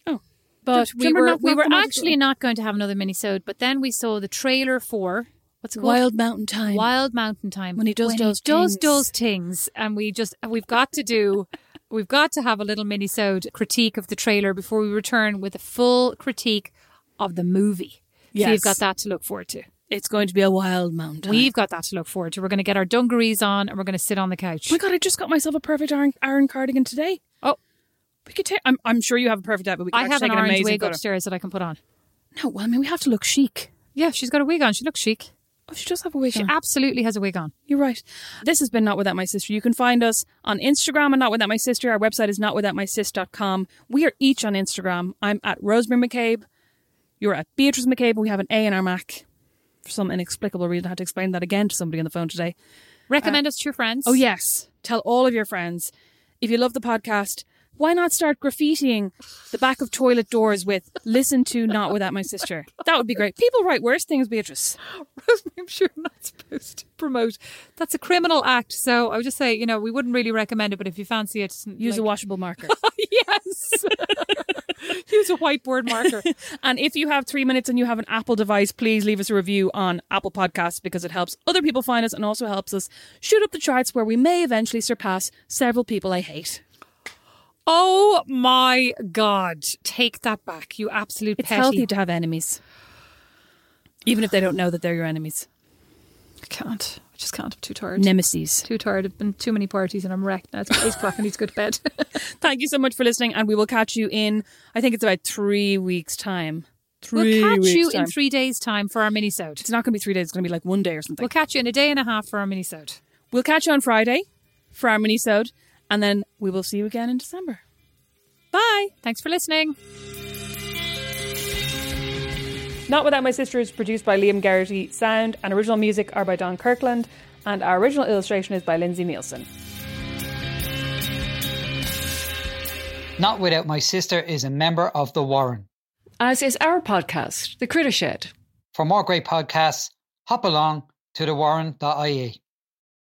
[SPEAKER 1] Oh.
[SPEAKER 2] But
[SPEAKER 1] Do you
[SPEAKER 2] we
[SPEAKER 1] remember
[SPEAKER 2] were
[SPEAKER 1] Knock
[SPEAKER 2] we
[SPEAKER 1] Knock
[SPEAKER 2] were
[SPEAKER 1] the Magic
[SPEAKER 2] actually not going to have another minisode, but then we saw the trailer for what's it called
[SPEAKER 1] Wild Mountain Time.
[SPEAKER 2] Wild Mountain Time.
[SPEAKER 1] When he does those
[SPEAKER 2] does
[SPEAKER 1] things.
[SPEAKER 2] those things, and we just we've got to do (laughs) we've got to have a little minisode critique of the trailer before we return with a full critique of the movie. So
[SPEAKER 1] Yes.
[SPEAKER 2] you've got that to look forward to.
[SPEAKER 1] It's going to be a wild mountain. Time.
[SPEAKER 2] We've got that to look forward to. We're going to get our dungarees on and we're going to sit on the couch.
[SPEAKER 1] Oh my god, I just got myself a perfect iron, iron cardigan today.
[SPEAKER 2] Oh,
[SPEAKER 1] We could take. I'm, I'm sure you have a perfect outfit. We could
[SPEAKER 2] I have
[SPEAKER 1] actually
[SPEAKER 2] an
[SPEAKER 1] take an
[SPEAKER 2] orange
[SPEAKER 1] amazing
[SPEAKER 2] wig
[SPEAKER 1] photo.
[SPEAKER 2] upstairs that I can put on.
[SPEAKER 1] No, well, I mean, we have to look chic.
[SPEAKER 2] Yeah, she's got a wig on. She looks chic.
[SPEAKER 1] Oh, she does have a wig.
[SPEAKER 2] She
[SPEAKER 1] on.
[SPEAKER 2] absolutely has a wig on.
[SPEAKER 1] You're right. This has been Not Without My Sister. You can find us on Instagram and Not Without My Sister. Our website is notwithoutmysis.com. We are each on Instagram. I'm at Rosemary McCabe. You're at Beatrice McCabe, and we have an A in our Mac. For some inexplicable reason, I had to explain that again to somebody on the phone today.
[SPEAKER 2] Recommend us to your friends.
[SPEAKER 1] Oh, yes. Tell all of your friends. If you love the podcast, why not start graffitiing the back of toilet doors with listen to Not Without My Sister? That would be great. People write worse things, Beatrice.
[SPEAKER 2] (laughs) I'm sure I'm not supposed to promote. That's a criminal act. So I would just say, you know, we wouldn't really recommend it, but if you fancy it, just,
[SPEAKER 1] Use a
[SPEAKER 2] like,
[SPEAKER 1] washable marker. (laughs)
[SPEAKER 2] (laughs) yes. Use a whiteboard marker.
[SPEAKER 1] and if you have three minutes and you have an Apple device, please leave us a review on Apple Podcasts because it helps other people find us and also helps us shoot up the charts where we may eventually surpass several people I hate.
[SPEAKER 2] Oh my God. Take that back, you absolute
[SPEAKER 1] It's
[SPEAKER 2] petty.
[SPEAKER 1] healthy to have enemies, even if they don't know that they're your enemies.
[SPEAKER 2] I can't. I just can't. I'm too tired.
[SPEAKER 1] Nemesis.
[SPEAKER 2] Too tired. I've been too many parties and I'm wrecked now. It's about 8 o'clock. I need to go to bed.
[SPEAKER 1] Thank you so much for listening, and we will catch you in, I think it's about three weeks' time. 3
[SPEAKER 2] (laughs) we'll catch
[SPEAKER 1] weeks
[SPEAKER 2] you
[SPEAKER 1] time.
[SPEAKER 2] in three days' time for our minisode.
[SPEAKER 1] It's not going to be three days, it's going to be like one day or something.
[SPEAKER 2] We'll catch you in a day and a half for our minisode.
[SPEAKER 1] We'll catch you on Friday for our mini-sode, and then we will see you again in December. Bye!
[SPEAKER 2] Thanks for listening.
[SPEAKER 1] Not Without My Sister is produced by Liam Garrity. Sound and original music are by Don Kirkland, and our original illustration is by Lindsay Nielsen.
[SPEAKER 3] Not Without My Sister is a member of The Warren.
[SPEAKER 4] as is our podcast, The Critter Shed.
[SPEAKER 3] For more great podcasts, hop along to thewarren.ie.